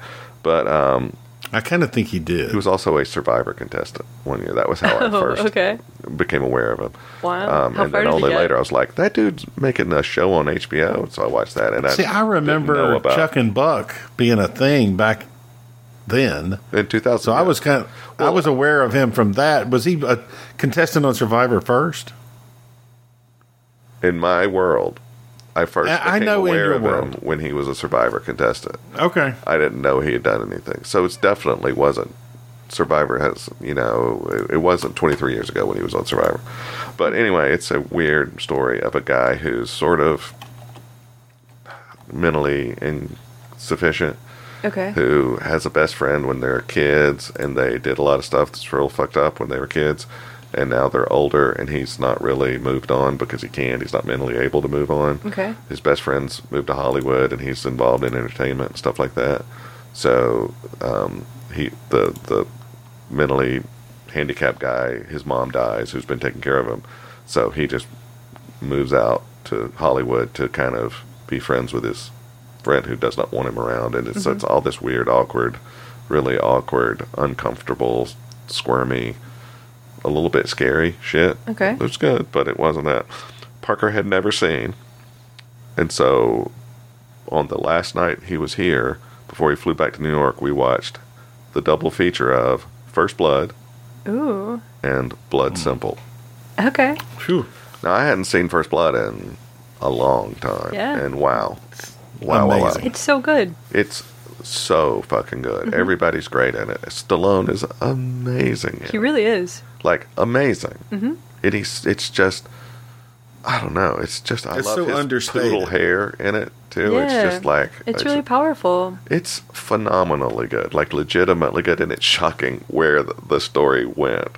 A: but um,
B: I kind of think he did.
A: he was also a Survivor contestant one year. That was how I first
C: Oh, okay.
A: became aware of him.
C: Wow.
A: Um,
C: How
A: and then
C: far did you
A: only
C: get?
A: later I was like, that dude's making a show on HBO. So I watched that. And
B: See, I
A: didn't know
B: remember
A: about-
B: Chuck and Buck being a thing back then.
A: in 2000.
B: So I was kind of, I
A: Well-
B: was aware of him from that. Was he a contestant on Survivor first?
A: in my world. I first
B: I- I
A: became
B: know in
A: aware
B: your
A: of
B: world.
A: him when he was a Survivor contestant.
B: Okay.
A: I didn't know he had done anything. So it's definitely wasn't Survivor has you know it, it wasn't 23 years ago when he was on Survivor. But anyway, it's a weird story of a guy who's sort of mentally insufficient
C: Okay.
A: who has a best friend when they're kids and they did a lot of stuff that's real fucked up when they were kids and now they're older and he's not really moved on because he can't he's not mentally able to move on
C: Okay.
A: his best friends moved to hollywood and he's involved in entertainment and stuff like that so um, he the the mentally handicapped guy his mom dies who's been taking care of him so he just moves out to Hollywood to kind of be friends with his friend who does not want him around, and it's, so it's all this weird, awkward, really awkward, uncomfortable, squirmy, a little bit scary shit.
C: Okay.
A: it was good, but it wasn't that Parker had never seen, and so on the last night he was here before he flew back to New York, we watched the double feature of First Blood
C: Ooh.
A: and Blood Simple.
C: Okay.
B: Phew.
A: Now I hadn't seen First Blood in a long time.
C: Yeah.
A: And wow. Wow, wow, wow.
B: Amazing.
C: It's so good.
A: It's so fucking good.
C: Mm-hmm.
A: Everybody's great in it. Stallone is amazing. in
C: He
A: it.
C: really is.
A: like amazing. Mm-hmm. It is it's just I don't know. It's just I
B: It's
A: love
B: so
A: his
B: understated.
A: poodle hair in it too. It's
C: Yeah.
A: just like
C: It's really powerful.
A: it's phenomenally good, like legitimately good, and it's shocking where the, the story went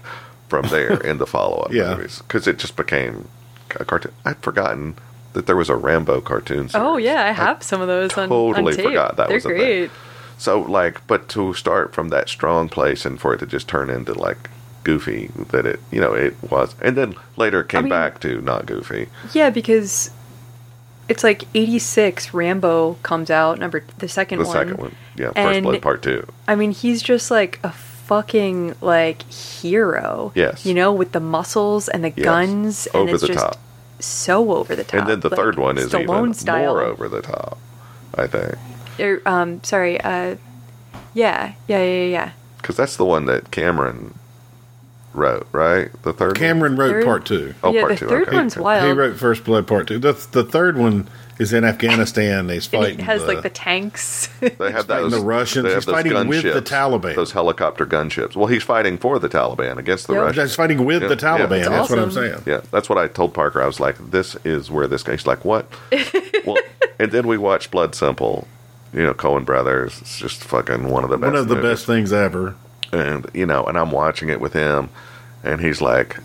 A: from there in the follow-up
B: Yeah.
A: movies because it just became a cartoon. I'd forgotten that there was a Rambo cartoon. Series.
C: Oh yeah, I have some of those on on
A: totally
C: tape.
A: forgot that
C: They're
A: was a thing.
C: great.
A: So like, but to start from that strong place and for it to just turn into like goofy that it, you know, it was, and then later it came
C: mean-
A: back to not goofy.
C: Yeah, because it's like '86. Rambo comes out number the second
A: The
C: one.
A: second one, yeah, first
C: And-
A: blood part two.
C: I mean, he's just like a fucking like hero.
A: Yes.
C: you know, with the muscles and the
A: Yes.
C: guns, and
A: Over
C: it's
A: the
C: just
A: top.
C: so over the top.
A: And then the
C: like,
A: third one is
C: Stallone
A: even
C: style.
A: more over the top, I think.
C: Er, um, sorry. Uh, yeah, yeah, yeah, yeah, yeah.
A: because that's the one that Cameron wrote, right? The third
B: Cameron wrote
C: Third-
B: part two.
A: One? Oh,
C: yeah,
A: part
C: the
A: two.
C: third
A: okay.
C: one's wild.
B: He wrote First Blood Part Two. The the third one is in Afghanistan. He's
C: and
B: fighting.
C: it has like the tanks.
A: They have
B: fighting
A: those,
B: the Russians.
A: They have
B: He's
A: those
B: fighting with the
A: gunships,
B: Taliban.
A: Those helicopter gunships. Well, he's fighting for the Taliban against the
C: Yep.
A: Russians.
B: He's fighting with
A: Yeah,
B: the
A: yeah.
B: Taliban.
A: That's
B: That's, what I'm
C: awesome.
B: saying.
A: Yeah, that's what I told Parker. I was like, "This is where this guy's like, what?" well, and then we watched Blood Simple. You know, Cohen Brothers. It's just fucking one of the best.
B: One of the
A: movies.
B: best things ever.
A: and you know, and I'm watching it with him, and he's like,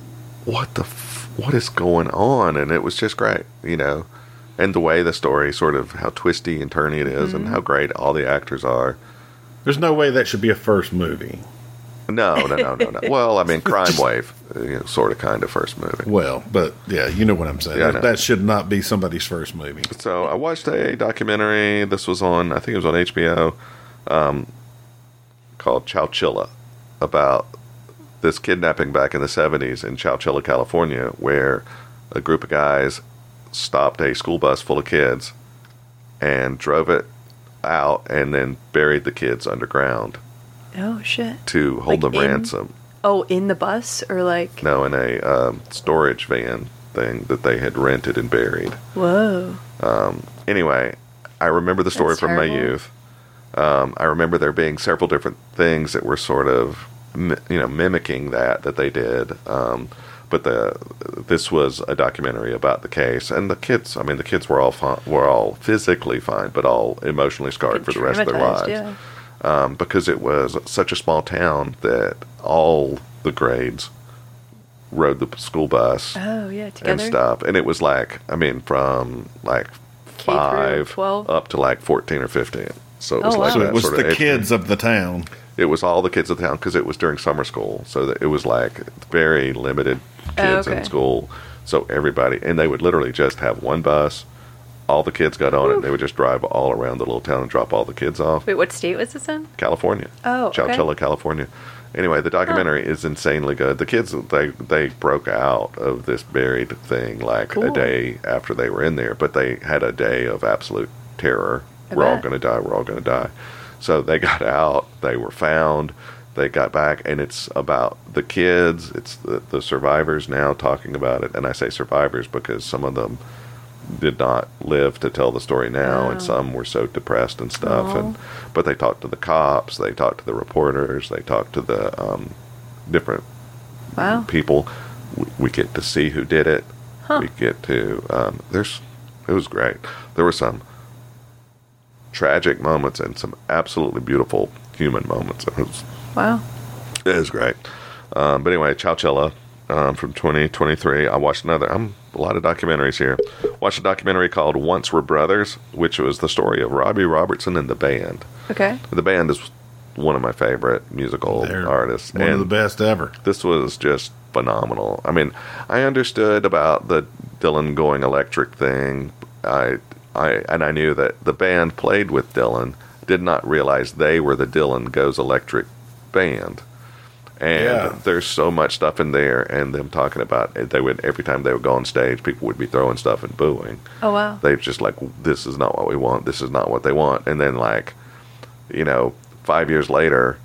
A: "What the? F- what is going on?" And it was just great, you know, and the way the story sort of how twisty and turny it is and how great all the actors are.
B: There's no way that should be a first movie.
A: No, no, no, no, no. well, I mean, Crime Wave, uh, you know, sort of, kind of first movie.
B: Well, but yeah, you know what I'm saying.
A: Yeah, I know.
B: that, that should not be somebody's first movie.
A: So I watched a documentary. This was on, I think it was on HBO, um, called Chowchilla, about this kidnapping back in the 70s in Chowchilla, California, where a group of guys stopped a school bus full of kids and drove it out and then buried the kids underground
C: oh shit!
A: to hold
C: Like
A: them
C: in-
A: ransom.
C: Oh, in the bus or like
A: No, in a um, storage van thing that they had rented and buried.
C: whoa.
A: anyway, I remember the story
C: That's
A: from my
C: terrible.
A: youth. Um, I remember there being several different things that were sort of, mi- you know, mimicking that that they did. Um, but the this was a documentary about the case, and the kids. I mean, the kids were all fi- were all physically fine, but all emotionally scarred for the rest of their
C: Traumatized,
A: lives
C: Yeah.
A: um, because it was such a small town that all the grades rode the school bus
C: Oh yeah, together.
A: and stuff. And it was like, I mean, from like
C: through
A: five Uh,
C: 12?
A: up to like 14 or 15. So it was like
C: Oh, wow.
B: So
A: that
B: it was
A: sort of
B: the
A: age range.
B: kids of the town.
A: It was all the kids of the town because it was during summer school. So that it was like very limited
C: Oh,
A: kids in
C: okay.
A: school. So everybody, and they would literally just have one bus. All the kids got on it. And they would just drive all around the little town and drop all the kids off.
C: Wait, what state was this in?
A: California.
C: Oh, okay.
A: Chowchilla, California. Anyway, the documentary is insanely good. The kids they they broke out of this buried thing like a
C: Cool.
A: day after they were in there, but they had a day of absolute terror.
C: I
A: we're all
C: bet.
A: going to die. We're all going to die. So they got out. They were found. They got back, and it's about the kids. It's the, the survivors now talking about it, and I say survivors because some of them did not live to tell the story now, and
C: Wow.
A: some were so depressed and stuff.
C: Aw.
A: And but they talked to the cops, they talked to the reporters, they talked to the um, different
C: Wow.
A: people. We, we get to see who did it.
C: Oh. Huh.
A: We get to um, there's it was great. There were some tragic moments and some absolutely beautiful human moments. It was
C: Wow.
A: it is great. Um, but anyway, Chowchilla um, from 2023. I watched another. I'm a lot of documentaries here. Watched a documentary called Once Were Brothers, which was the story of Robbie Robertson and the band.
C: Okay.
A: The band is one of my favorite musical
B: They're
A: artists,
B: one of
A: and
B: the best ever.
A: this was just phenomenal. I mean, I understood about the Dylan going electric thing. I, I, and I knew that the band played with Dylan. Did not realize they were the Dylan goes electric band. And
B: Yeah.
A: there's so much stuff in there, and them talking about it. They would every time they would go on stage, people would be throwing stuff and booing
C: Oh wow.
A: they just like this is not what we want this is not what they want and then like you know five years later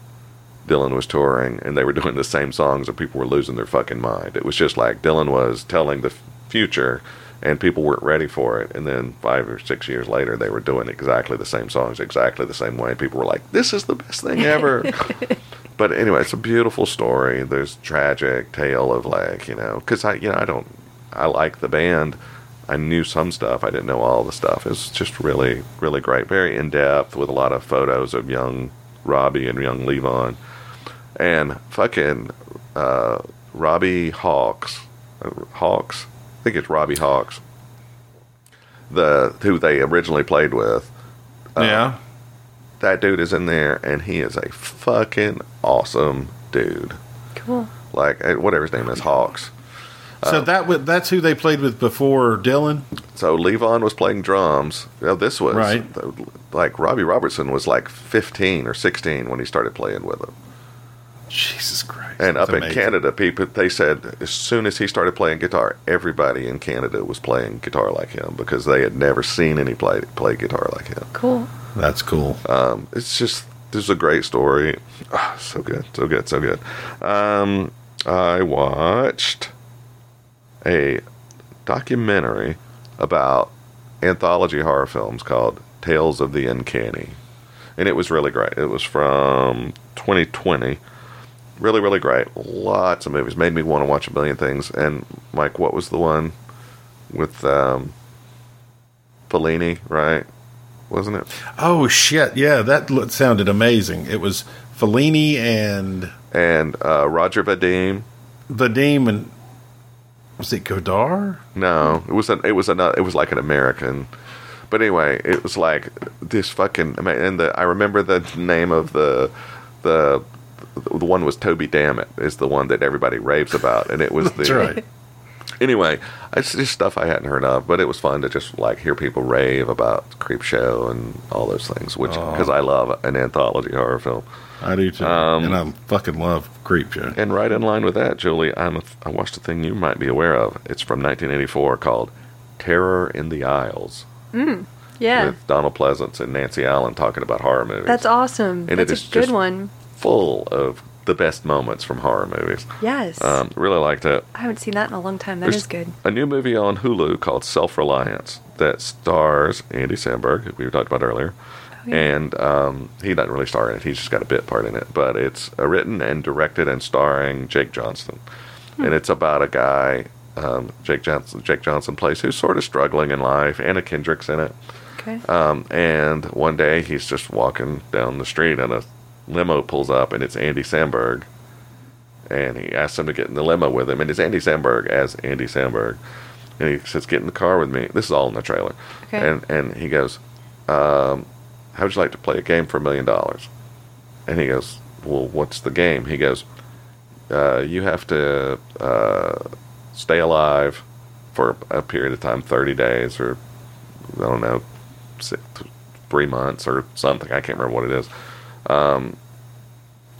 A: dylan was touring and they were doing the same songs and people were losing their fucking mind it was just like dylan was telling the f- future and people weren't ready for it and then five or six years later they were doing exactly the same songs exactly the same way and people were like this is the best thing ever but anyway, it's a beautiful story. There's tragic tale of like you know because I you know I don't I like the band. I knew some stuff. I didn't know all the stuff. It's just really really great, very in depth with a lot of photos of young Robbie and young Levon and fucking uh, Robbie Hawks. Uh, Hawks, I think it's Robbie Hawks. The who they originally played with
B: yeah.
A: that dude is in there and he is a fucking awesome dude.
C: Cool.
A: Like eh, whatever his name is, Hawks.
B: So that wa- that's who they played with before Dylan.
A: So Levon was playing drums. Now this was
B: Right.
A: th- like Robbie Robertson was like 15 or 16 when he started playing with him.
B: Jesus Christ!
A: And
B: that's
A: up in
B: amazing.
A: Canada, people they said as soon as he started playing guitar, everybody in Canada was playing guitar like him because they had never seen any play play guitar like him.
C: Cool.
B: that's cool.
A: Um, it's just this is a great story. Ah, so good, so good, so good. Um, I watched a documentary about anthology horror films called Tales of the Uncanny. And it was really great. It was from 2020. Really, really great. Lots of movies. Made me want to watch a million things. And, like, what was the one with um, Fellini, right? Wasn't it?
B: Oh shit! Yeah, that lo- sounded amazing. It was Fellini and
A: And uh, Roger Vadim.
B: Vadim and was it Godard?
A: No, it was an, it was an, it was like an American. But anyway, it was like this fucking. I mean, and the I remember the name of the the the one was Toby Dammit is the one that everybody raves about, and it was
B: That's
A: the
B: right.
A: anyway. It's just stuff I hadn't heard of, but it was fun to just like hear people rave about Creep Show and all those things, which because I love an anthology horror film.
B: I do too,
A: Um,
B: and I fucking love Creepshow.
A: And right in line with that, Julie, I'm a, I watched a thing you might be aware of. It's from 1984 called Terror in the Isles.
C: Yeah.
A: with Donald Pleasance and Nancy Allen talking about horror movies.
C: That's awesome.
A: And it
C: That's
A: is
C: a good
A: just-
C: one.
A: full of the best moments from horror movies.
C: Yes.
A: Um, really liked it.
C: I haven't seen that in a long time. That is
A: There's
C: good.
A: A new movie on Hulu called Self Reliance that stars Andy Samberg, who we talked about earlier.
C: Oh, yeah.
A: And um, he doesn't really star in it. He's just got a bit part in it. But it's uh, written and directed and starring Jake Johnston.
C: Hmm.
A: And it's about a guy, um, Jake Johnson. Jake Johnson plays who's sort of struggling in life. Anna Kendrick's in it.
C: Okay.
A: Um, and one day he's just walking down the street and a limo pulls up and it's Andy Samberg. And he asks him to get in the limo with him. And it's Andy Samberg as Andy Samberg. And he says, Get in the car with me. This is all in the trailer.
C: Okay.
A: And, and he goes, um, How would you like to play a game for a million dollars? And he goes, Well, what's the game? He goes, uh, You have to uh, stay alive for a period of time 30 days or I don't know, six, three months or something. I can't remember what it is. Um,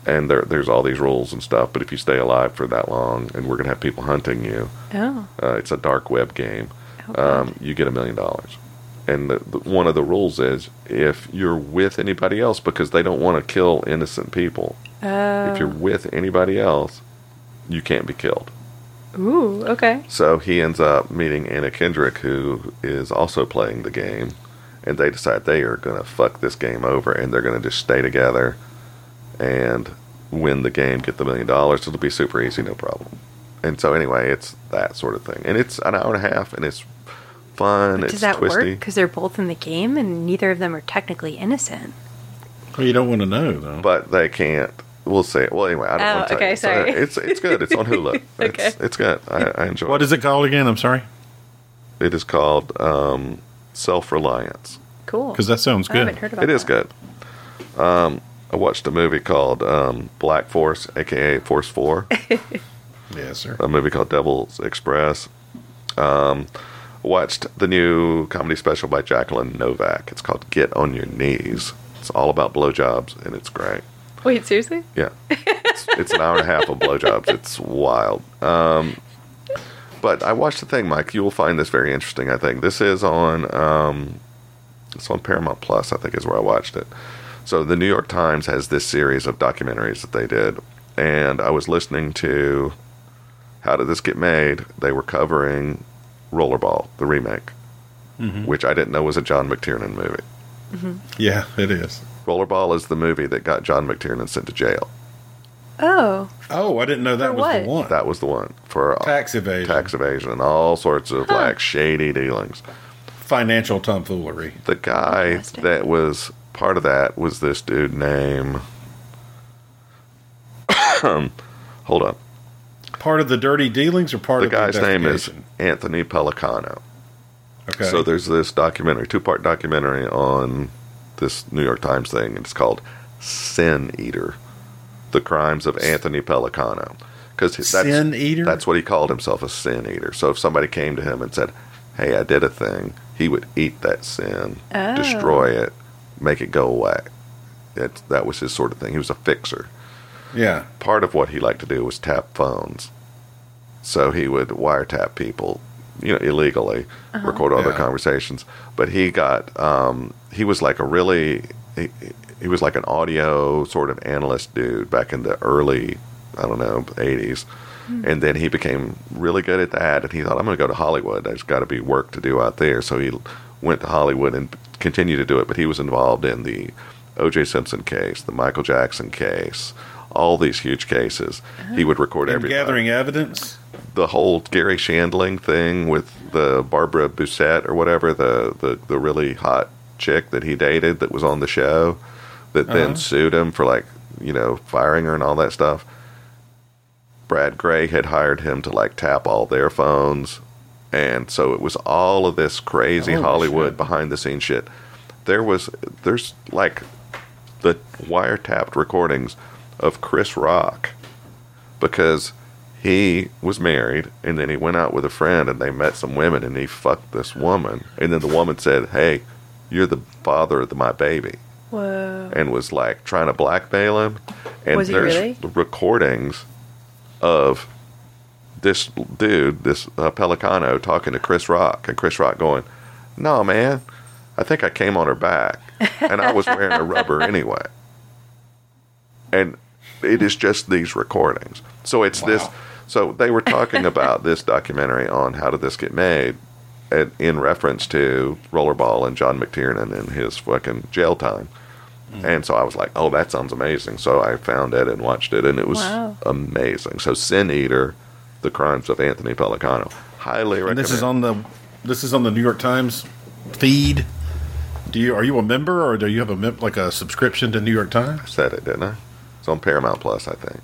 A: and there, there's all these rules and stuff. But if you stay alive for that long, and we're gonna have people hunting you,
C: oh.
A: uh, it's a dark web game.
C: Oh, God.
A: Um, you get a million dollars. And the, the, one of the rules is if you're with anybody else, because they don't want to kill innocent people.
C: Oh.
A: If you're with anybody else, you can't be killed.
C: Uh, Ooh. Okay.
A: So he ends up meeting Anna Kendrick, who is also playing the game, and they decide they are going to fuck this game over and they're going to just stay together and win the game, get the million dollars. It'll be super easy, no problem. And so, anyway, it's that sort of thing. And it's an hour and a half and it's fun, it's
C: Does that work?
A: twisty.
C: work? Because they're both in the game and neither of them are technically innocent.
B: Well, you don't want to know though.
A: But they can't. We'll see. Well, anyway, I don't
C: Oh,
A: want to.
C: okay,
A: tell you.
C: sorry.
A: It's, it's good. It's on Hulu.
C: Okay.
A: it's, it's good. I, I enjoy
B: what
A: it.
B: is it called again? I'm sorry,
A: It is called um, Self Reliance.
C: Cool.
B: because that sounds
C: I haven't
B: good.
C: heard about
A: It is
C: that.
A: good. Um, I watched a movie called um, Black Force, aka Force Four.
B: Yes, sir.
A: a movie called Devil's Express. Um, watched the new comedy special by Jacqueline Novak. It's called Get on Your Knees. It's all about blowjobs, and it's great.
C: Wait, seriously?
A: Yeah. It's, it's an hour and a half of blowjobs. It's wild. Um, but I watched the thing, Mike. You will find this very interesting, I think. This is on um, it's on Paramount Plus, I think is where I watched it. So the New York Times has this series of documentaries that they did. And I was listening to How Did This Get Made? They were covering Rollerball, the remake, which I didn't know was a John McTiernan movie.
B: Yeah, it is.
A: Rollerball is the movie that got John McTiernan sent to jail.
C: Oh.
B: Oh, I didn't know that
C: For
B: was the
C: what?
B: one.
A: That was the one for
B: Tax evasion,
A: tax evasion and all sorts of
C: Huh.
A: like shady dealings.
B: financial tomfoolery.
A: The guy
C: Interesting.
A: that was part of that was this dude named. Hold up.
B: Part of the dirty dealings or part
A: The
B: of
A: guy's
B: the
A: name is
B: investigation?
A: Anthony Pelicano.
B: Okay.
A: So there's this documentary, two part documentary on this New York Times thing, and it's called Sin Eater The Crimes of Anthony Pelicano. Because
B: Sin eater.
A: That's what he called himself a sin eater. So if somebody came to him and said, Hey, I did a thing, he would eat that sin,
C: Oh.
A: destroy it, make it go away. It, that was his sort of thing. He was a fixer.
B: yeah.
A: Part of what he liked to do was tap phones. So he would wiretap people, you know, illegally, record all their
B: Yeah.
A: conversations. But he got, um, he was like a really, he, he was like an audio sort of analyst dude back in the early, I don't know, 80s. And then he became really good at that. And he thought, I'm going to go to Hollywood. There's got to be work to do out there. So he went to Hollywood and continued to do it. But he was involved in the O.J. Simpson case, the Michael Jackson case, all these huge cases. He would record
B: And
A: everything
B: gathering evidence.
A: the whole Gary Shandling thing with the Barbara Busette or whatever the, the the really hot chick that he dated that was on the show that
B: Uh-huh.
A: then sued him for like you know firing her and all that stuff. Brad Gray had hired him to like tap all their phones, and so it was all of this crazy
B: Holy
A: Hollywood
B: shit.
A: behind the scenes shit. There was there's like the wiretapped recordings of Chris Rock because he was married and then he went out with a friend and they met some women and he fucked this woman and then the woman said, "Hey, you're the father of my baby."
C: Whoa.
A: and was like trying to blackmail him. And
C: Was he
A: there's
C: really?
A: recordings of this dude, this uh, Pelicano, talking to Chris Rock, and Chris Rock going, "No, man, I think I came on her back, and I was wearing a rubber anyway." And it is just these recordings. So it's this.
B: Wow.
A: So they were talking about this documentary on how did this get made, and in reference to Rollerball and John McTiernan and his fucking jail time.
B: Mm.
A: And so I was like, oh, that sounds amazing. So I found it and watched it, and it was
C: Wow.
A: amazing. So Sin Eater, The Crimes of Anthony Pelicano. Highly recommend.
B: And this is on the this is on the New York Times feed. Do you are you a member or do you have a mem- like a subscription to New York Times?
A: Said it, didn't I? It's on Paramount Plus, I think.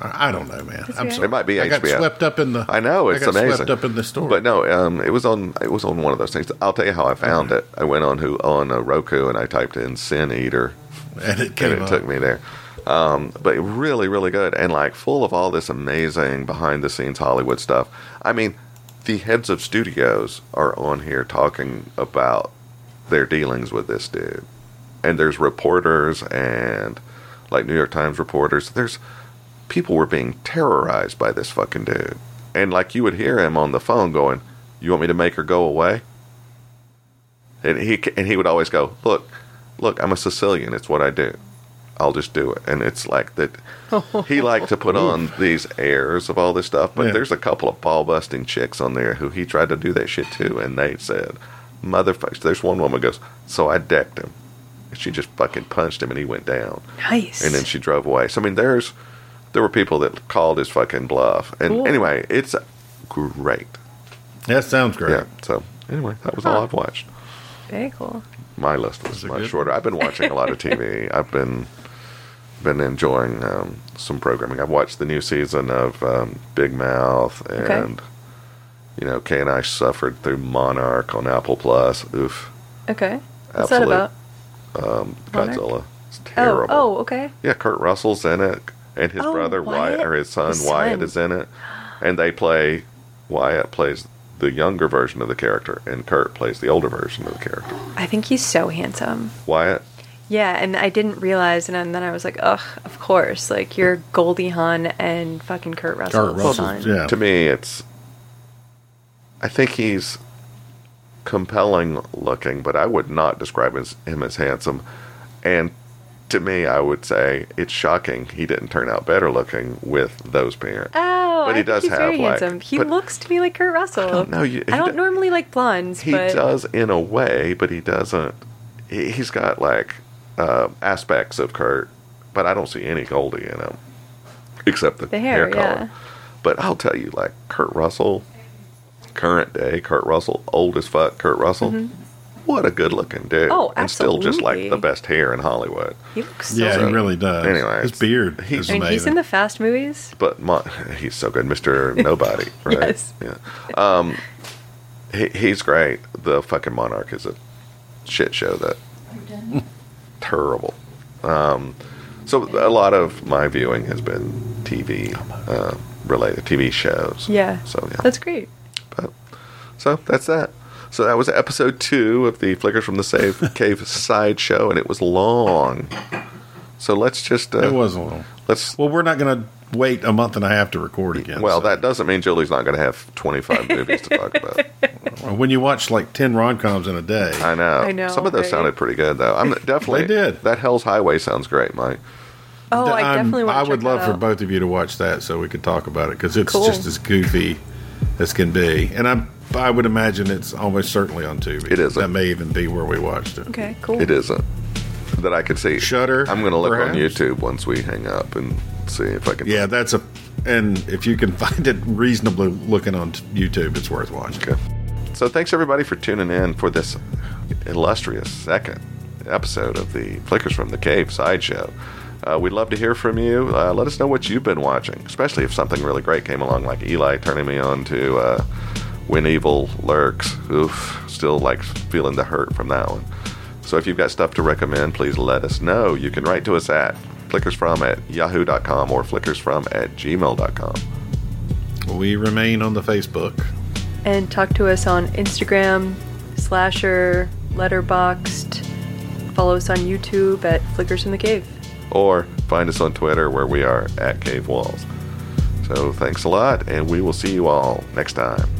B: I, I don't know, man.
C: That's
B: I'm
C: good.
B: sorry.
A: It might be
B: I got
A: HBO.
B: swept up in the.
A: I know it's
B: I got
A: amazing.
B: Swept up in the story.
A: But no, um, it was on it was on one of those things. I'll tell you how I found it. I went on who on uh, Roku and I typed in Sin Eater
B: and it came
A: and it
B: up.
A: took me there. Um, but really, really good and like full of all this amazing behind the scenes Hollywood stuff. I mean, the heads of studios are on here talking about their dealings with this dude. And there's reporters and like New York Times reporters. There's people were being terrorized by this fucking dude. And like you would hear him on the phone going, "You want me to make her go away?" And he and he would always go, "Look, look, I'm a Sicilian. It's what I do. I'll just do it." And it's like that. he liked to put on these airs of all this stuff, but
B: Yeah.
A: there's a couple of ball busting chicks on there who he tried to do that shit to, and they said, "Motherfuckers." There's one woman goes, "So I decked him." And she just fucking punched him, and he went down
C: Nice.
A: and then she drove away. So I mean, there's there were people that called his fucking bluff. And
C: Cool.
A: anyway, it's great.
B: That sounds great.
A: Yeah. So anyway, that was all
C: Huh.
A: I've watched.
C: Very cool.
A: My list was
B: it
A: much
B: good?
A: shorter. I've been watching a lot of TV. I've been been enjoying um, some programming. I've watched the new season of um, Big Mouth and.
C: Okay.
A: You know, Kay and I suffered through Monarch on Apple Plus. Oof,
C: Okay. What's
A: Absolute.
C: that about? Monarch?
A: Godzilla. It's terrible.
C: Oh, oh, okay.
A: Yeah, Kurt Russell's in it, and his
C: Oh,
A: brother Wyatt,
C: Wyatt.
A: or his son,
C: His
A: Wyatt
C: son.
A: is in it, and they play Wyatt plays the younger version of the character, and Kurt plays the older version of the character.
C: I think he's so handsome.
A: Wyatt,
C: Yeah, and I didn't realize, and then I was like, ugh, of course. Like, you're Goldie Hawn and fucking Kurt Russell's
B: Kurt Russell.
C: son.
B: Yeah.
A: to me, it's I think he's compelling looking, but I would not describe his, him as handsome, and to me, I would say it's shocking he didn't turn out better looking with those parents.
C: Oh,
A: But he
C: I think
A: does
C: he's very
A: have, like-
C: handsome. He
A: but-
C: looks to me like Kurt Russell. I
A: don't know, you- he
C: I don't
A: do-
C: normally like blondes,
A: He
C: but
A: does in a way, but he doesn't. He, he's got like uh, aspects of Kurt, but I don't see any Goldie in him, except the,
C: the hair, yeah.
A: color. But I'll tell you, like Kurt Russell, current day Kurt Russell, old as fuck Kurt Russell. What a good looking dude!
C: Mm-hmm. Oh,
A: and still just like the
C: absolutely.
A: best hair in Hollywood.
C: He looks so
B: Yeah,
A: So,
B: he really does.
A: anyway,
B: his beard
A: he's-
B: is
C: I mean,
B: amazing.
C: he's in the Fast movies.
A: But Mon- he's so good, Mister Nobody, right?
C: Yes.
A: Yeah. Um, he, he's great. The fucking Monarch is a shit show that terrible. Um, so a lot of my viewing has been TV uh, related, TV shows.
C: Yeah.
A: So yeah.
C: That's great.
A: But, so that's that. So that was episode two of the Flickers from the Save Cave sideshow, and it was long. So let's just uh,
B: it was a little.
A: let's
B: Well, we're not going to wait a month and a half to record again.
A: Well,
B: so-
A: that doesn't mean Julie's not going to have 25 movies to talk about.
B: when you watch like ten rom coms in a day,
A: I know.
C: I know,
A: Some of those
C: right?
A: sounded pretty good, though. I'm definitely
B: They did.
A: That Hell's Highway sounds great, Mike.
C: Oh, I
B: I'm-
C: definitely want to
B: um, I would love for both of you to watch that so we could talk about it because it's
C: Cool.
B: just as goofy as can be, and I I would imagine it's almost certainly on Tubi.
A: It is.
B: That may even be where we watched it.
C: Okay, cool.
A: It isn't. That I could see.
B: Shudder,
A: I'm going to look on
B: perhaps?
A: YouTube once we hang up and see if I can.
B: Yeah, that's a. And if you can find it reasonably looking on t- YouTube, it's worth watching.
A: Okay. So thanks everybody for tuning in for this illustrious second episode of the Flickers from the Cave sideshow. Uh, we'd love to hear from you. Uh, let us know what you've been watching, especially if something really great came along, like Eli turning me on to uh, When Evil Lurks. Oof, still like feeling the hurt from that one. So if you've got stuff to recommend, please let us know. You can write to us at flickersfrom at yahoo.com or flickersfrom at gmail.com.
B: We remain on the Facebook.
C: and talk to us on Instagram, Slasher, Letterboxed. Follow us on YouTube at Flickers in the Cave.
A: or find us on Twitter where we are at Cave Walls. So thanks a lot, and we will see you all next time.